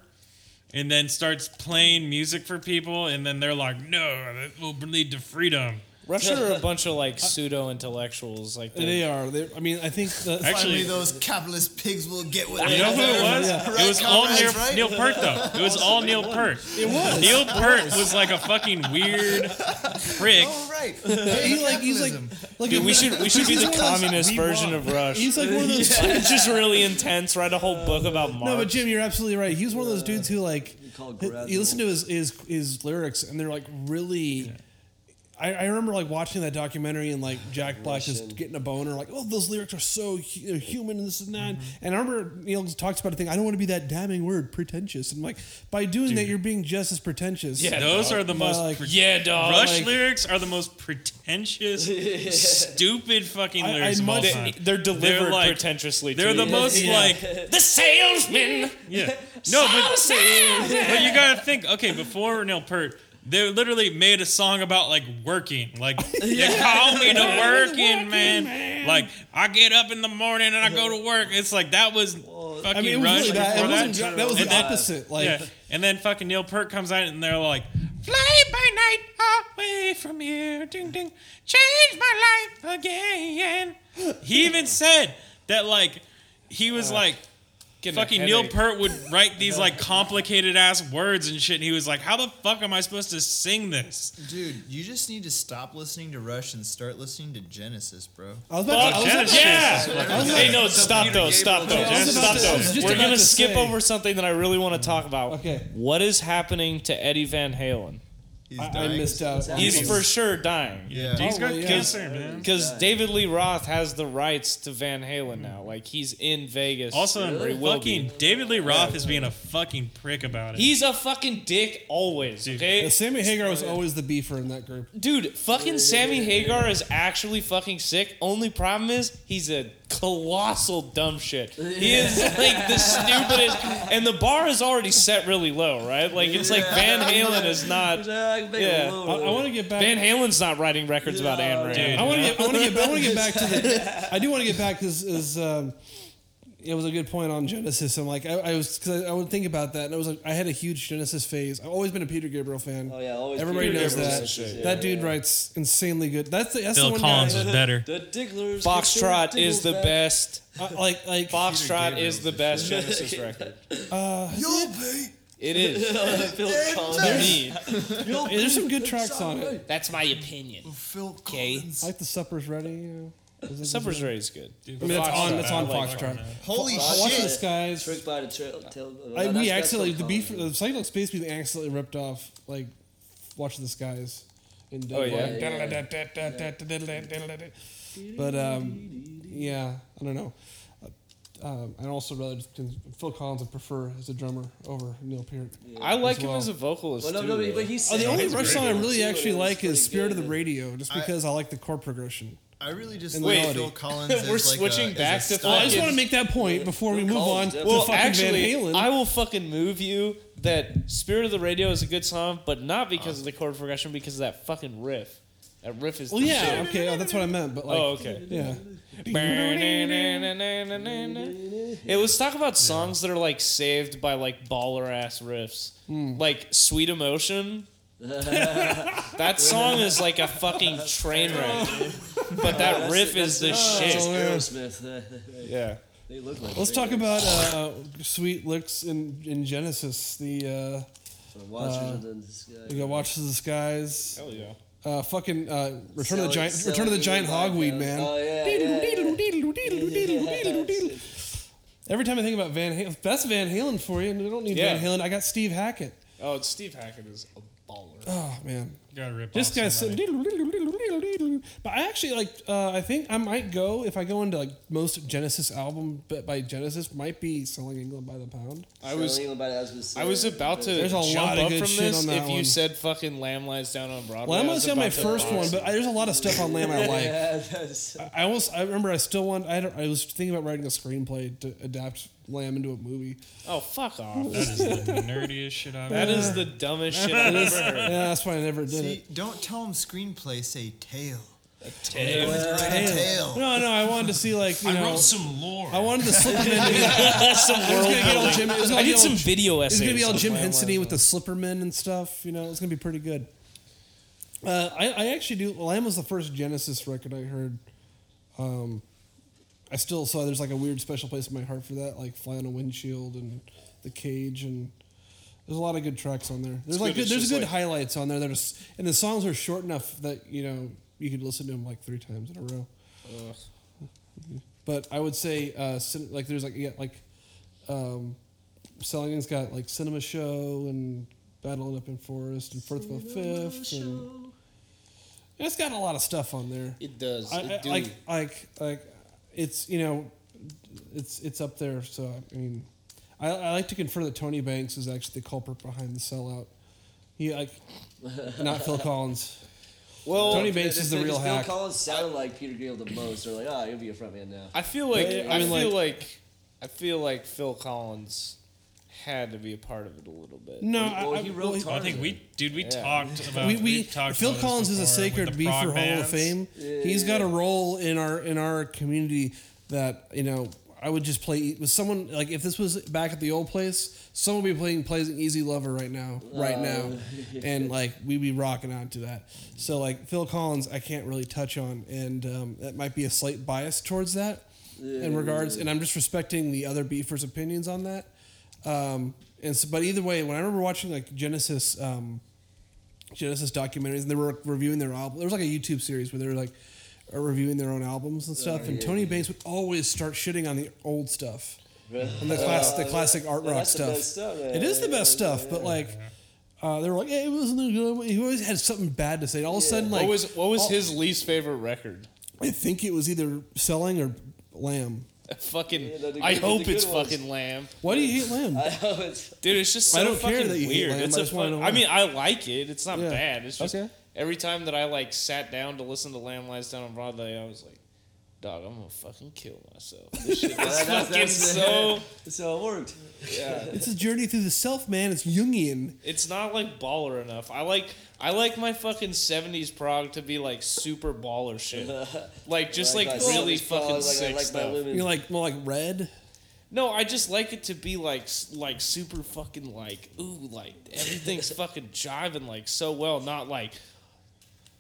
and then starts playing music for people and then they're like no that will lead to freedom
Russia are a bunch of like pseudo intellectuals. Like
They are. They, I mean, I think the,
actually
Finally, those capitalist pigs will get what
you
they
know who it was
Yeah.
it was
Right,
all
comrades,
neil,
right?
neil peart though it was all neil peart it was neil peart was like a fucking weird prick
Oh, right.
he like he's like like
Dude, we should we should be
He's
the
one of those-
communist version of Rush.
He's like one of those.
It's just really intense. Write a whole book about Marx.
No, but Jim, you're absolutely right. He was one of those dudes who like
call it
you
gradual.
listen to his his his lyrics and they're like really. I, I remember like watching that documentary and like Jack Black
Russian.
just getting a boner, like, oh, those lyrics are so hu- human and this and that.
Mm-hmm.
And I remember Neil talks about a thing. I don't want to be that damning word, pretentious. And I'm like, by doing that, you're being just as pretentious.
Yeah,
Those
dog.
are the most
like-
pre-
Yeah, dog.
Rush
like,
lyrics are the most pretentious, stupid fucking
I- I
lyrics of all
must-
time.
They, they're delivered
They're like-
pretentiously.
They're
too.
the most
Yeah.
like
the salesman.
Yeah. No, but, but you gotta think. Okay, before Renell Pert, they literally made a song about like working. Like they call me to working, man. Like I get up in the morning and I go to work. It's like that was fucking
I mean, it was
rush
really that. It
before
wasn't,
that.
that, was the
and then,
opposite. Like,
yeah, and then fucking Neil Pert comes out and they're like, "Fly by night away from you, ding ding, change my life again." He even said that like he was like
Getting a
fucking Neil
headache.
Pert would write these like complicated ass words and shit. And he was like, "How the fuck am I supposed to sing this?"
Dude, you just need to stop listening to Rush and start listening to Genesis, bro.
I was about to, I was about to-
Yeah.
Hey, no, stop though, stop though,
I was
stop
about to- I was
though.
just
We're
about
gonna
to
skip
say.
over something that I really want to talk about.
Okay.
What is happening to Eddie Van Halen?
He's
I, I
dying.
missed out. on
He's
these.
for sure dying.
Yeah.
He's got
well, yeah.
cancer, man.
Because David Lee Roth has the rights to Van Halen now. Like he's in Vegas.
Also,
Or he will be.
fucking David Lee Roth is being a fucking prick about it.
He's a fucking dick always. Okay.
Yeah, Sammy Hagar was always the beefer in that group.
Dude, fucking Sammy Hagar is actually fucking sick. Only problem is he's a colossal dumb shit. He is like the stupidest, and the bar is already set really low, right? Like it's like Van Halen is not. Yeah.
I, want to get back.
Van Halen's not writing records about Anne Rand.
Dude.
I want to get. I want to get. I want to get back to the. I do want to get back because is. Um, it was a good point on Genesis. I'm like, I, I was because I, I would think about that, and I was like, I had a huge Genesis phase. I've always been a Peter Gabriel fan.
Oh, yeah, always
everybody
Peter
knows
Gabriel's
that.
the shit.
that
Yeah,
dude
yeah.
writes insanely good. That's the that's the
Bill
one
Collins
guy.
is better.
The Digglers.
Foxtrot is the best.
I- Uh, like like
Foxtrot is the best Genesis record.
Yo, babe.
It is.
Phil Collins.
For me,
Yo,
Yeah, there's some good tracks on it.
that's my opinion.
Phil
Okay.
Collins.
I like the supper's ready. You know. Is it-
Supper's Ready is good.
I mean, that's on that's on
I like
Foxtrot.
Holy
I watched
shit.
this guy's.
Trick by the trail. Tail,
I,
that's-
we
that's
accidentally
Phil
the
Collins.
beef the psychedelic space beef accidentally ripped off like watch the skies in
Oh, yeah.
Like, but um yeah I don't know Uh, um, and also rather Phil Collins I prefer as a drummer over Neil Peart
I like him
well.
as a vocalist.
Well, no,
too,
no,
though.
but he's
oh the only
he's
Rush
great.
song I really
Too, and
actually
it's
like
pretty
is Spirit of
good.
the Radio just because I, like the chord progression
I really just
In
like
reality.
Phil Collins. as
We're
like
switching
a, as
back
a
to
style.
I just
fucking-
want to make that point before we
Phil
move on
Collins,
to
definitely.
Well,
fucking
actually,
Van Halen
I will fucking move you that Spirit of the Radio is a good song, but not because of the chord progression, because of that fucking riff. That riff is.
well
the
yeah
shit.
okay oh, that's what I meant but like
oh, okay.
yeah
Hey, let's talk about songs that are like saved by like baller ass riffs, like "Sweet Emotion." that song is like a fucking train wreck, but that riff is the shit.
Aerosmith. uh,
Yeah.
They look like.
Let's talk about uh, sweet licks in, in Genesis. The
The Watchers of the Sky.
uh, you got Watches of the Skies,
Hell yeah.
uh, fucking uh, Return of
Selling-
the Giant,
selling
Return of the Giant
like
Hogweed,
those.
man.
Oh, yeah, yeah,
Deedle,
yeah.
deedle, deedle, deedle, deedle, deedle, deedle. Every time I think about Van Halen, that's Van Halen for you. And I don't need
Yeah.
Van Halen. I got Steve Hackett.
Oh, it's Steve Hackett is a baller.
Oh man,
Gotta rip
this
off
guy's
somebody.
sitting. Deedle, deedle, deedle, deedle, deedle. But I actually like. Uh, I think I might go if I go into like most Genesis album but by Genesis might be Selling England by the Pound.
I was
Selling Anybody else was
I was
selling.
about to
There's a
jump
lot of
up
good
from
shit
this
on that
if you
one.
said fucking Lamb Lies Down on Broadway.
Lamb
I was
was my
about to
first one,
box
but
it.
I, there's a lot of stuff on Lamb I like.
Yeah, that's-
I almost, I remember I still want, I, don't- I was thinking about writing a screenplay to adapt Lamb into a movie.
oh fuck off.
That is the nerdiest shit I've
That
ever.
is the dumbest shit I've ever heard.
Yeah, that's why I never did
See,
it.
don't tell him screenplay, say tale.
Damn.
Write a tale.
No, no, I wanted to see like, you
I
know,
wrote some lore.
I wanted to slip him into it
Some
was
world
gonna get all
building.
Jim, it was gonna
I
be
did
all,
some video
It's
essays.
gonna be all
on
Jim
Lamb Lies
Hensony
Down.
with the slippermen and stuff. You know, it's gonna be pretty good. Uh, I, I actually do. Lamb was the first Genesis record I heard. Um, I still saw there's like a weird special place in my heart for that, like "Fly on a Windshield" and "The Cage" and there's a lot of good tracks on there. There's like good,
good, it's
there's
just
good
like-
highlights on there. There's and the songs are short enough that you know you could listen to them like three times in a row. But I would say uh, cin- like there's like yeah like um, Selling's got like Cinema Show and Battle It Up in Forest and Firth of Fifth and It's got a lot of stuff on there.
It does.
I,
it
I,
do.
like like like it's you know it's it's up there so i mean I, I like to confer that tony banks is actually the culprit behind the sellout he like not phil collins
Well,
Tony Banks
They-
is
they-
the
they
real
just- Phil
hack.
Collins sounded like Peter Gabriel the most. They're like, ah, he'll be a frontman now.
I feel like
Yeah,
I,
I mean,
feel like, I feel like Phil Collins had to be a part of it a little bit.
no
Well,
I, I-
he wrote
well,
Well, I think we, dude, we
Yeah.
talked about.
we,
we've
we
talked
Phil
about this
Collins is a
before with
sacred
the
bee
prog
for Hall of
bands.
Fame. He's got a role in our in our community that you know I would just play with someone like if this was back at the old place, someone would be playing plays an easy lover right now, right now, and like we'd be rocking out to that. So like Phil Collins, I can't really touch on, and um, that might be a slight bias towards that in regards, and I'm just respecting the other beefers' opinions on that. Um, and so, but either way, when I remember watching like Genesis. Um, Genesis documentaries, and they were reviewing their album. There was like a YouTube series where they were like uh, reviewing their own albums and stuff.
Oh,
and Tony Banks would always start shitting on the old stuff, and the class, the classic art rock
Oh. that's the
stuff.
best stuff, yeah,
It is the
yeah,
best
yeah,
stuff, but like. Uh, they were like, "Yeah, it wasn't a good." one." He always had something bad to say. All of a sudden, like,
what was what was
all-
his least favorite record?
I think it was either selling or Lamb.
fucking.
Yeah, the- the
I
good-
hope
the good
it's
ones.
fucking Lamb,
Why do you hate Lamb?
I know it's.
dude. It's just so
I don't care
fucking
that you hate
weird.
Lamb,
it's
I
a
just wanna
fun,
know
I
why.
mean, I like it. It's not
Yeah.
bad. It's just
Okay.
every time that I like sat down to listen to Lamb Lies Down on Broadway, I was like, dog, I'm gonna fucking kill myself. This shit is
That's- that's-
fucking so.
So it worked.
It's a journey through the self, man. It's Jungian.
It's not like baller enough. I like I like my fucking seventies prog to be like super baller shit. Like just like,
I
really
saw this
fucking
fella,
sick
I like
stuff.
My women.
You're like more like Red.
no, I just like it to be like s- like super fucking like ooh like everything's fucking jiving like so well. Not like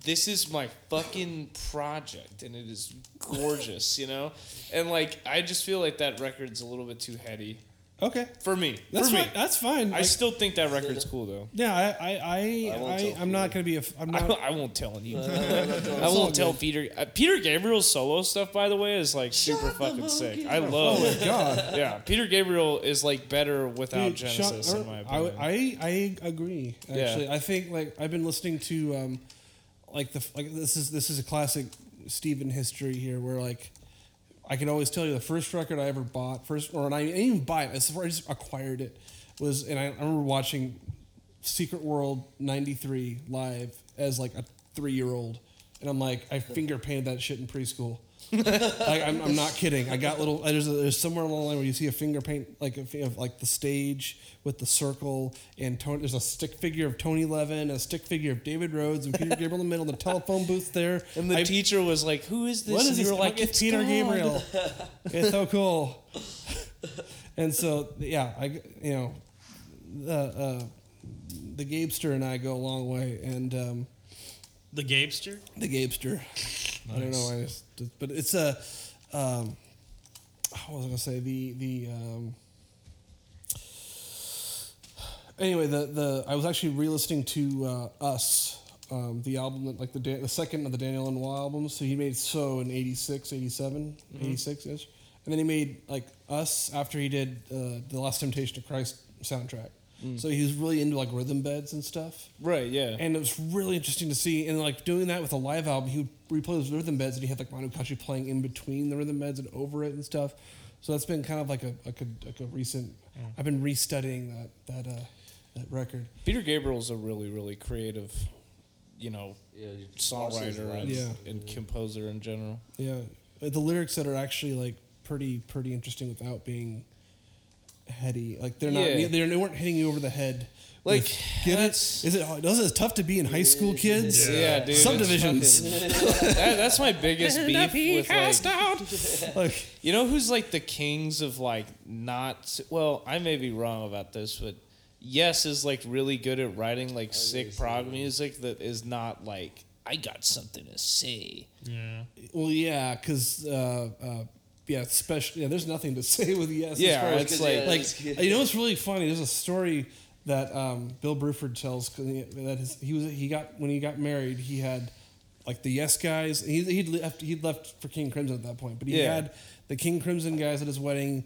this is my fucking project and it is gorgeous, you know. And like I just feel like that record's a little bit too heady
Okay,
for me.
that's
for me.
fine. That's fine.
I
Like,
still think that record's cool though.
yeah, I, I, I,
I
I,
won't tell
I'm not gonna be a. I'm
I,
not.
I won't tell you. I
all
won't
good.
tell Peter. Uh, Peter Gabriel's solo stuff, by the way, is like super fucking sick. I love
oh
it.
my god.
Yeah, Peter Gabriel is like better without
Dude,
Genesis,
Sean-
in my
I,
opinion.
I I agree. Actually, I think like I've been listening to um, like the like this is this is a classic Steven history here, where like I can always tell you the first record I ever bought, first or and I didn't even buy it, I just I just acquired it was, and I, I remember watching Secret World '93 live as like a three year old, and I'm like I finger painted that shit in preschool. like I'm, I'm not kidding. I got little. There's a, there's somewhere along the line where you see a finger paint like a, fi- of like the stage with the circle and Tony. There's a stick figure of Tony Levin, a stick figure of David Rhodes, and Peter Gabriel in the middle. The telephone booth there.
and the
I-
teacher was like, "Who is this?"
what
and
is
you
this?
were like,
it's Peter
gone."
Gabriel. it's so cool. and so yeah, I you know the uh, the Gabester and I go a long way, and um,
The Gapester.
the Gabester. I don't know. why I just, but it's a. Um, what was I gonna say? The the. Um, anyway, the the I was actually re-listening to uh, Us, um, the album that like the Dan- the second of the Daniel Lanois albums. So he made So in 86, 87, 86 ish, and then he made like Us after he did uh, the Last Temptation of Christ soundtrack. So he was really into like rhythm beds and stuff.
Right? Yeah.
And it was really interesting to see. And like doing that with a live album, he would replay those rhythm beds and he had like Manu Kashi playing in between the rhythm beds and over it and stuff. So that's been kind of like a like a, like a recent.
Mm.
I've been restudying that that uh, that record.
Peter Gabriel's a really, really creative, you know,
Yeah, you-
songwriter and,
Yeah.
and composer in general.
Yeah, Uh, the lyrics that are actually like pretty pretty interesting without being heady. Like they're not
Yeah.
they're, they weren't hitting you over the head.
Like,
with, get it?
that's-
Is it hard- does it tough to be in high school kids?
Yeah, dude. it's
Subdivisions.
fucking- that, that's my biggest beef with like.
Like
You know who's like the kings of like not? Well, I may be wrong about this, but Yes is like really good at writing like sick prog music that is not like I got something to say.
Yeah.
Well, yeah, because uh, uh, yeah, especially yeah, there's nothing to say with yes. as
Yeah,
far as-
it's
Because,
like-
yeah,
like
it's-
you know, it's really funny. There's a story that um, Bill Bruford tells 'cause he- that his, he was he got when he got married he had like the yes guys. He, he'd left he'd left for King Crimson at that point, but he
Yeah.
had the King Crimson guys at his wedding.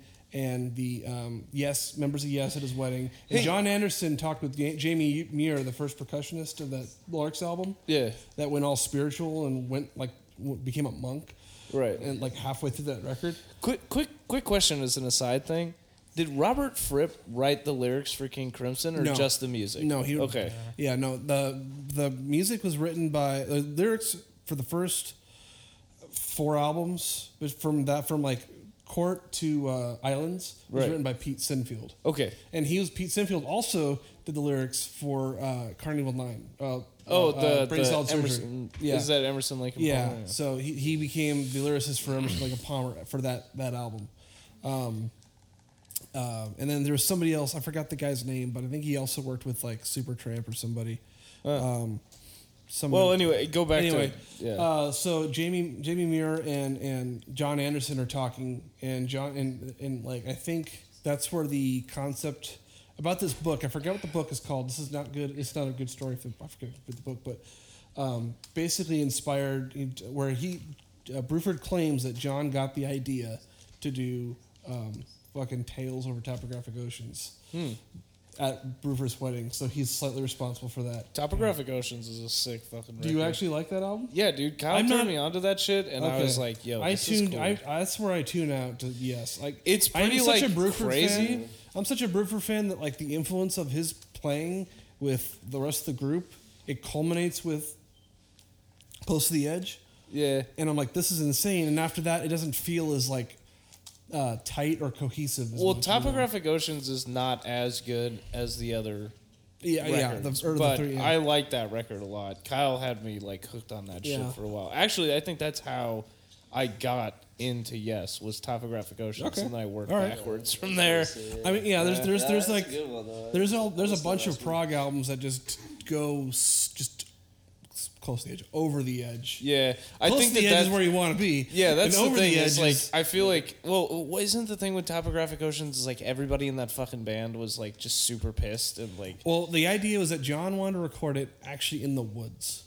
and the um, Yes members of Yes at his wedding. And John Anderson talked with Ja- Jamie Muir, the first percussionist of that Larks album.
Yeah.
that went all spiritual and went like w- became a monk.
Right.
and like halfway through that record,
Quick, quick, quick question as an aside thing. Did Robert Fripp write the lyrics for King Crimson or
No.
just the music?
No, he
okay.
Yeah, no the the music was written by the lyrics for the first four albums, but from that from like Court to uh, Islands was
Right.
written by Pete Sinfield.
Okay.
and he was Pete Sinfield also did the lyrics for uh, Carnival Nine. Uh,
Oh,
uh,
the,
Brain
the
Solid Surgery.
Emerson.
Yeah,
Is that Emerson Lake? and
yeah.
Palmer?
So he, he became the lyricist for Emerson Lake and Palmer for that that album. Um, uh, and then there was somebody else. I forgot the guy's name, but I think he also worked with like Supertramp or somebody. Um, some
Well, anyway, go back
anyway,
to yeah.
uh, so Jamie Jamie Muir and and John Anderson are talking, and John and and like I think that's where the concept about this book. I forget what the book is called. This is not good. It's not a good story. For, I forget the book, but um, basically inspired where he uh, Bruford claims that John got the idea to do um, fucking tales over topographic oceans.
Hmm.
At Bruford's wedding, so he's slightly responsible for that.
Topographic Oceans is a sick fucking.
Do you
record.
actually like that album?
Yeah, dude. Kyle
I'm
turned
not-
me onto that shit, and I
Okay.
was like, "Yo,
I
this
tuned.
is cool.
I, that's where I tune out to yes. Like
It's
I'm
pretty,
such
like,
a Bruford
crazy.
Fan. I'm such a Bruford fan that like the influence of his playing with the rest of the group, it culminates with close to the edge,
yeah,
and I'm like, this is insane. And after that, it doesn't feel as like uh, tight or cohesive. As
well,
much, you know?
Topographic Oceans is not as good as the other
yeah, yeah, the,
records,
or the
but
three, yeah.
I like that record a lot. Kyle had me like hooked on that
Yeah.
shit for a while. Actually, I think that's how I got into Yes was Topographic Oceans,
Okay.
and then I worked
All right.
backwards from there.
I mean, yeah, there's there's
Yeah,
there's
that's a
like
good one, though.
there's a there's
That's
a
the
bunch of
last one.
prog albums that just go s- just s- close to the edge, over the edge.
Yeah, I
Close
think
to the
that
edge is
that's
where you want to be.
Yeah, that's
and
the
over
thing.
The edge
is like
is-
I feel like well, what isn't the thing with Topographic Oceans is like everybody in that fucking band was like just super pissed and like
well, the idea was that John wanted to record it actually in the woods.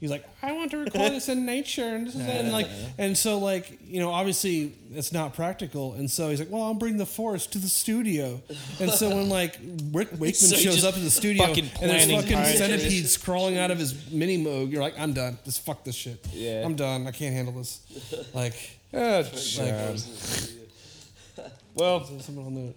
He's like, I want to record this in nature, and this is it," and like, and so like, you know, obviously it's not practical, and so he's like, well, I'll bring the forest to the studio, and so when like Rick Wakeman
So he
shows
just
up in the studio,
fucking
and there's
planning
fucking
time.
centipedes crawling out of his mini moog, you're like, I'm done. Just fuck this shit.
Yeah.
I'm done. I can't handle this. Like,
"Ah,
like
John." well,
someone on the.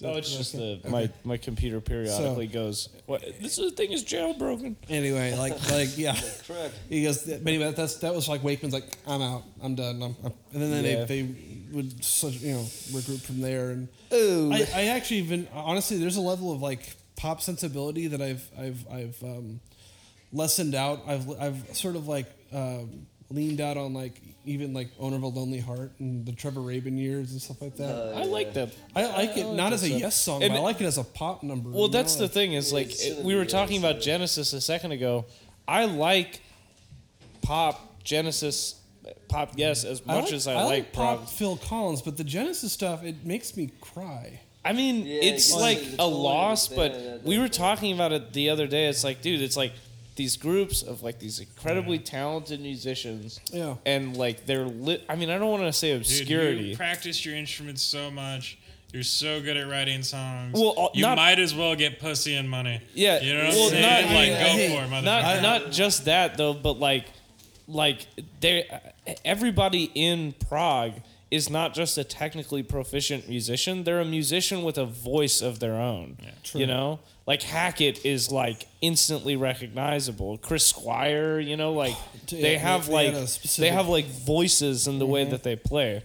no, it's just the my my computer periodically goes. What this is- thing is jailbroken.
Anyway, like, like, yeah.
Correct.
He goes, but anyway, that's that was like Wakeman's like, I'm out, I'm done, I'm, I'm. and then, then
Yeah.
they, they would such you know regroup from there. And
Ooh.
I, I actually even honestly, there's a level of like pop sensibility that I've I've I've um, lessened out. I've I've sort of like um, leaned out on like even like owner of a lonely heart and the Trevor Rabin years and stuff like that.
I like that.
I like it not as a yes song,
And-
but I like it as a pop number.
Well,
you know,
that's the
like-
thing is like
it's
it-
gonna
we
be
were talking
really
about Genesis a second ago. I like pop Genesis pop yes as much as I, like, prog.
pop Phil Collins, but the Genesis stuff it makes me cry.
I mean,
Yeah,
it's
you
like
see the
a
total
loss,
understand
but
that,
we were
definitely.
talking about it the other day. It's like, dude, it's like these groups of like these incredibly talented musicians.
Yeah.
And like they're lit. I mean, I don't want to say
Dude,
obscurity.
you practice your instruments so much. You're so good at writing songs.
Well, uh,
you
not-
might as well get pussy and money.
Yeah,
you know what
well,
I'm saying?
not-
like,
I-
go
I-
for it, motherfucker.
not not just that though, but like like they everybody in Prague is not just a technically proficient musician; they're a musician with a voice of their own. You know, like Hackett is like instantly recognizable. Chris Squire, you know, like
Oh, Dude,
they
yeah,
have
they
like
had a
they
specific-
have like voices in the way that they play.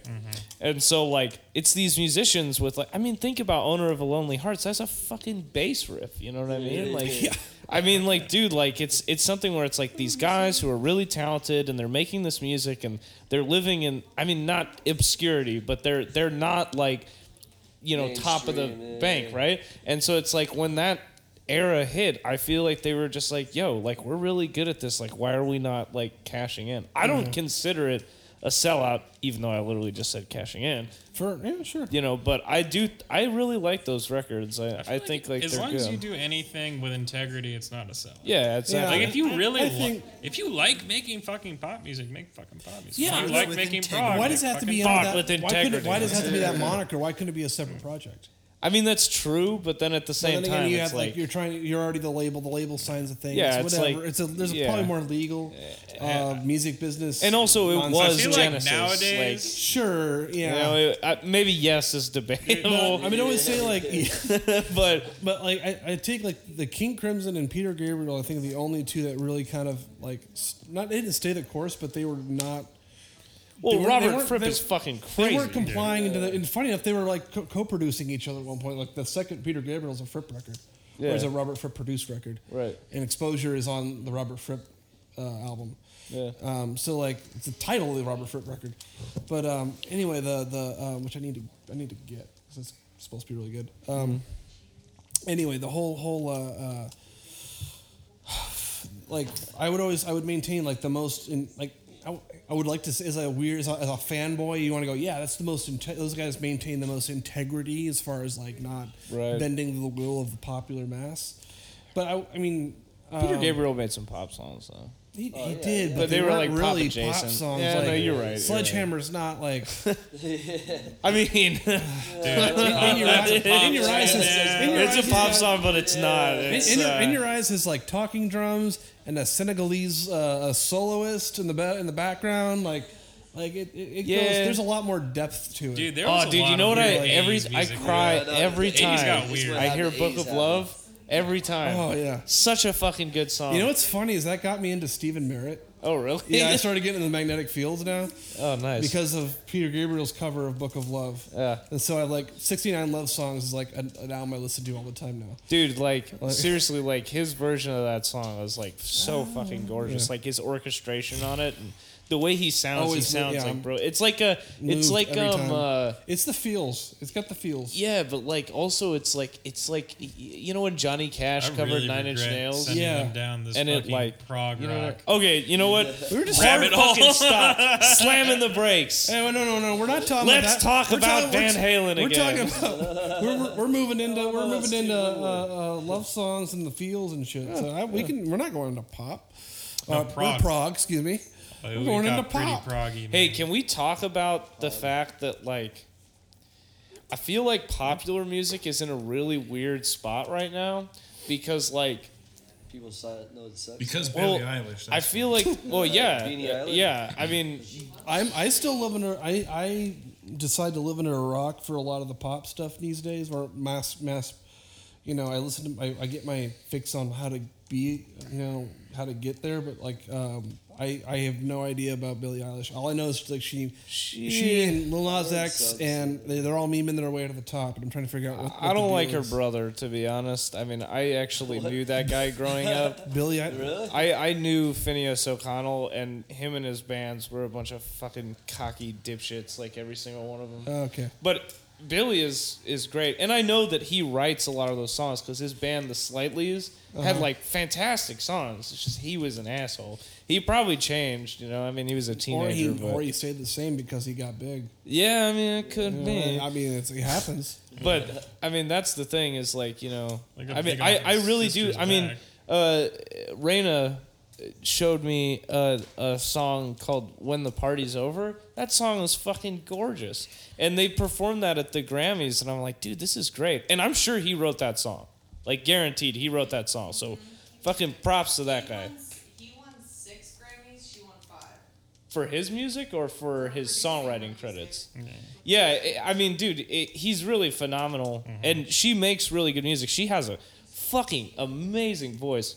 And so like it's these musicians with like I mean think about owner of a lonely hearts that's a fucking bass riff you know what I mean like I mean like dude like it's it's something where it's like these guys who are really talented and they're making this music and they're living in I mean not obscurity but they're they're not like you know top of the
Mainstream, yeah.
bank right and so it's like when that era hit I feel like they were
Mm-hmm.
just like yo like we're really good at this like why are we not like cashing in I don't consider it a sellout, even though I literally just said cashing in.
For yeah, sure.
You know, but I do. I really like those records. I, I,
feel
think like
as
they're
long
good.
as you do anything with integrity, it's not a sell.
yeah, it's
Yeah.
yeah.
Like if you really,
I
li-
think-
if you like making fucking pop music, make fucking pop music.
Yeah,
if you
with-
like
with
making
integrity.
prog,
Why
make
does it have to be
fucking
Fuck
on that?
with
why, couldn't,
integrity.
why does it have to be that moniker? Why couldn't it be a separate project?
I mean that's true, but then at the
But
same
then again,
time,
you
it's
have like,
like,
you're trying. You're already the label. The label signs a thing.
Yeah,
it's
it's
whatever.
like-
it's a, there's
yeah.
probably more legal uh, music business.
and also it
nonsense.
I
was
feel like
Genesis.
nowadays-
like,
sure. Yeah.
You know, it- I- maybe yes is debatable,
But, I mean, I always say like,
but
but like I, I take like the King Crimson and Peter Gabriel. I think are the only two that really kind of like s- not they didn't stay the course, but they were not.
well,
weren't- they
Robert
weren't-
Fripp
they-
is fucking
They
crazy.
weren't complying into the. And funny enough, they were like co- co-producing each other at one point. Like the second Peter Gabriel's a Fripp record, yeah.
Yeah.
a Robert Fripp produced record,
Right.
And Exposure is on the Robert Fripp uh, album.
Yeah.
Um, so like it's the title of the Robert Fripp record, but um, anyway, the the um, which I need to I need to get 'cause it's supposed to be really good. Um, Anyway, the whole whole uh, uh, like I would always I would maintain like the most in like. I, w- I would like to say, as a weird as a, as a fanboy, you want to go, yeah, that's the most. Inte- those guys maintain the most integrity as far as like not
Right.
bending to the will of the popular mass. But I, I mean,
Peter
um,
Gabriel made some pop songs though.
he, he did, but,
But they were,
weren't
like, Papa
really pop
Jason.
songs.
Yeah,
like,
no, you're right, you're
Sledgehammer's not like
I mean,
uh,
in your eyes. In your eyes is in your eyes
it's a
is
pop
not-
song, but it's not.
In,
It's,
in, your,
uh,
in your eyes is like talking drums and a Senegalese uh, a soloist in the ba- in the background, like like it. it, it
Yeah.
goes, there's a lot more depth to it.
Dude, there was
oh,
a
dude,
lot
you know
of
what? I
weird
every
80s
I
music.
cry
Yeah, no,
every
the 80s
time.
got weird.
I hear Book of Love every time.
Oh, yeah.
such a fucking good song.
you know what's funny is that got me into Stephen Merritt.
Oh really?
Yeah, I started getting into the magnetic fields now
oh nice.
because of Peter Gabriel's cover of Book of Love.
Yeah.
And so I like 69 Love Songs is like an, an album I listen to all the time now.
dude, like seriously, like his version of that song was like so fucking gorgeous.
yeah.
Like his orchestration on it and the way he sounds, he
Always mo-
sounds
yeah, I'm
like bro. It's like a, it's
Moved
like
every
um.
time.
Uh,
it's the feels. It's got the feels.
Yeah, but like also it's like it's like y- y- you know when Johnny Cash
I
covered
really
Nine Inch
regret
Nails
sending
Yeah.
them down this
and it
fucking
like
prog
you know,
rock.
Okay, you know what? We were just rabbit
hole.
fucking stop slamming the brakes.
Hey, well, no, no, no. We're not talking. about
Let's talk
that. We're
about
talking- we're
Van
t-
Halen again.
We're talking about. We're, we're, we're moving into we're moving into uh, uh, love songs and the feels and shit. So I, we can. We're not going into pop. Uh,
No,
we're
prog.
prog. Excuse me.
Uh,
Oh,
We're
we
going
got
into
pretty
pop.
proggy, man.
Hey, can we talk about the fact that like I feel like popular music is in a really weird spot right now because like
People silent know it sucks.
Because
well
Billie Eilish.
I feel like well yeah
Beanie Eilish?
yeah I mean
I'm. I still live in. A, I. I decide to live in a rock for a lot of the pop stuff these days. Or mass mass. You know, I listen to. I, I get my fix on how to be. You know how to get there, but like. um I, I have no idea about Billie Eilish. All I know is like she she, and Lil Nas X
sucks.
and they, they're all memeing their way to the top, and I'm trying to figure out. What, what
I
the
don't
deal
like her
is.
brother to be honest I mean I actually knew that guy growing up
Billie. I,
really?
I, I knew Phineas O'Connell, and him and his bands were a bunch of fucking cocky dipshits, like every single one of them.
oh, Okay.
But Billy is is great, and I know that he writes a lot of those songs because his band, the Slightlies,
Uh-huh.
had like fantastic songs. It's just he was an asshole. He probably changed, you know. I mean, he was a
Or
teenager.
he,
but-
or he stayed the same because he got big.
yeah, I mean, it could
You know,
be.
I mean, it's, it happens.
But I mean, that's the thing is like you know,
Like a
I mean,
big
I,
old
I really do.
sister's
I mean,
back.
uh, Raina showed me a, a song called "When the Party's Over." That song was fucking gorgeous, and they performed that at the Grammys, and I'm like, dude, this is great. And I'm sure he wrote that song, like guaranteed, he wrote that song. So, fucking props to that guy
He won, he won six Grammys. She won five.
for his music or for his songwriting credits. Yeah, I- I mean, dude, it, he's really phenomenal,
Mm-hmm.
and she makes really good music. She has a fucking amazing voice.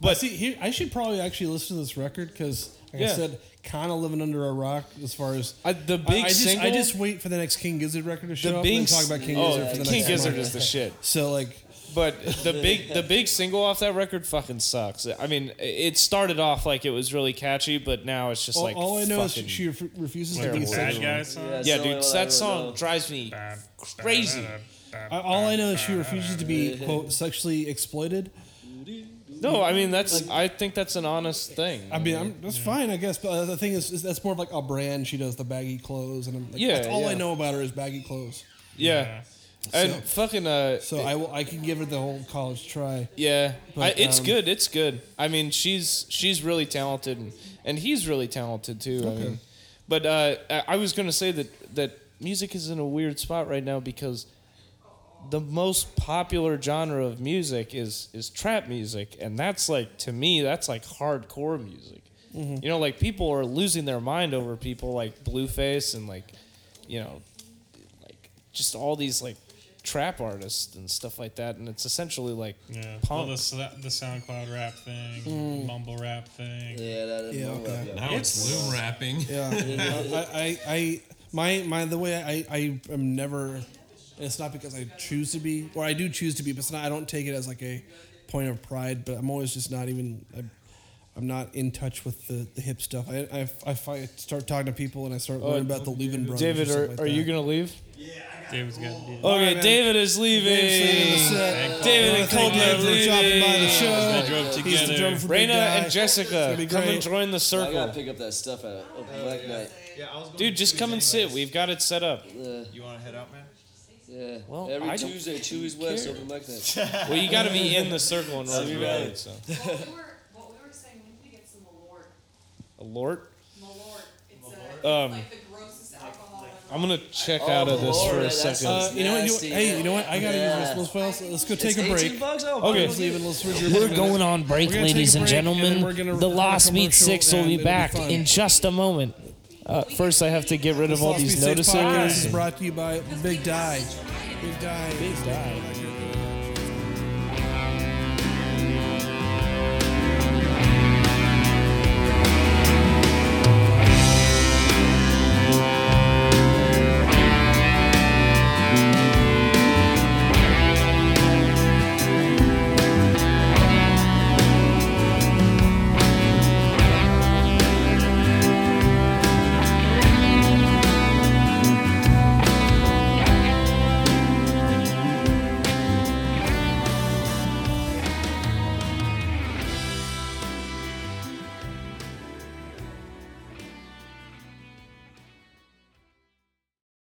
But see, here, I should probably actually listen to this record because, like I
Yeah.
said, kind of living under a rock as far as
I, Uh, the big
I, I just,
single,
I just wait for the next King Gizzard record to show
the
up
big
and then talk about King
oh,
Gizzard for the
King
next
Gizzard
month.
is the shit.
So like,
But the big, the big single off that record fucking sucks. I mean, it started off like it was really catchy, but now it's just
all,
like
all I know is
fucking-
she ref- refuses to
Like
be
the bad
sexual.
guy song.
Yeah,
yeah,
so
dude,
I- I
that
don't
song
know.
drives me
Bad,
crazy.
bad, bad,
I- All I know is she
bad,
refuses to be quote sexually exploited.
No, I mean that's. I think that's an honest thing.
I mean, I'm, that's fine, I guess. But uh, the thing is, is, that's more of like a brand. She does the baggy clothes, and I'm like,
Yeah,
that's all I
yeah.
know about her is baggy clothes.
yeah. And fucking uh,
So I will, I can give her the whole college try.
Yeah,
But,
I, it's
um,
good. It's good. I mean, she's she's really talented, and, and he's really talented too. I mean, but uh, I- I was gonna say that that music is in a weird spot right now because the most popular genre of music is is trap music, and that's like to me that's like hardcore music.
Mm-hmm.
You know, like people are losing their mind over people like Blueface and like you know like just all these like trap artists and stuff like that and it's essentially like
Yeah. Well,
punk. Mm.
the, s- the SoundCloud rap thing, the mumble rap thing.
Yeah, that is
Yeah,
more
okay.
rap,
Now it's, loom rapping.
Yeah, I, I, I, my, my, the way I, I am never, and it's not because I choose to be, or I do choose to be, but it's not. I don't take it as like a point of pride. But I'm always just not even. I, I'm not in touch with the, the hip stuff. I, I, I fi- start talking to people and I start learning about the Leuven brothers.
David,
or
are,
something like
are you
that.
gonna leave?
David's got to do that.
Okay,
man.
David is
David's
leaving.
leaving the set.
David
Wanna
and
thank
Cold
David
are
for dropping by the
leaving.
show.
They drove
He's the drummer
together.
for Big
Raina
Guy.
and
gonna
Jessica,
be
come
great.
and join the
I gotta
circle.
pick up that stuff at oh, Black Knight.
Yeah, I was going
Dude, just come and sit. We've got it set up.
You want to head out, man?
Yeah.
Well,
Every
I don't
Tuesday, Chewy's West,
care.
open Black Knight.
Well, you got to be in the circle in order to
You're
be
right.
added, So,
What we were, what we were saying, when did we get some Malort?
a lort.
Malort. It's, a, it's
Um,
like the grossest alcohol. ever.
I'm gonna check
Oh,
out of this
Oh, Lord,
for a
that's
second.
Uh, you know what? You,
Nasty.
hey, you know what? I gotta
Yeah.
use this. Let's, let's, let's go
It's
take a
18
break.
bucks? Oh,
Okay.
Let's leave it. Let's reserve
We're
it.
going on break,
We're gonna take
ladies
a
and
break, and then
gentlemen.
we're gonna
the
run a
Lost Meat
commercial,
6 will
and
be
it'll be
back
fun.
in just a moment. Uh, first, I have to get rid of all
Sauce
these
Beat Six
notices.
podcast is brought to you by Big Die. Big Die. Big Die.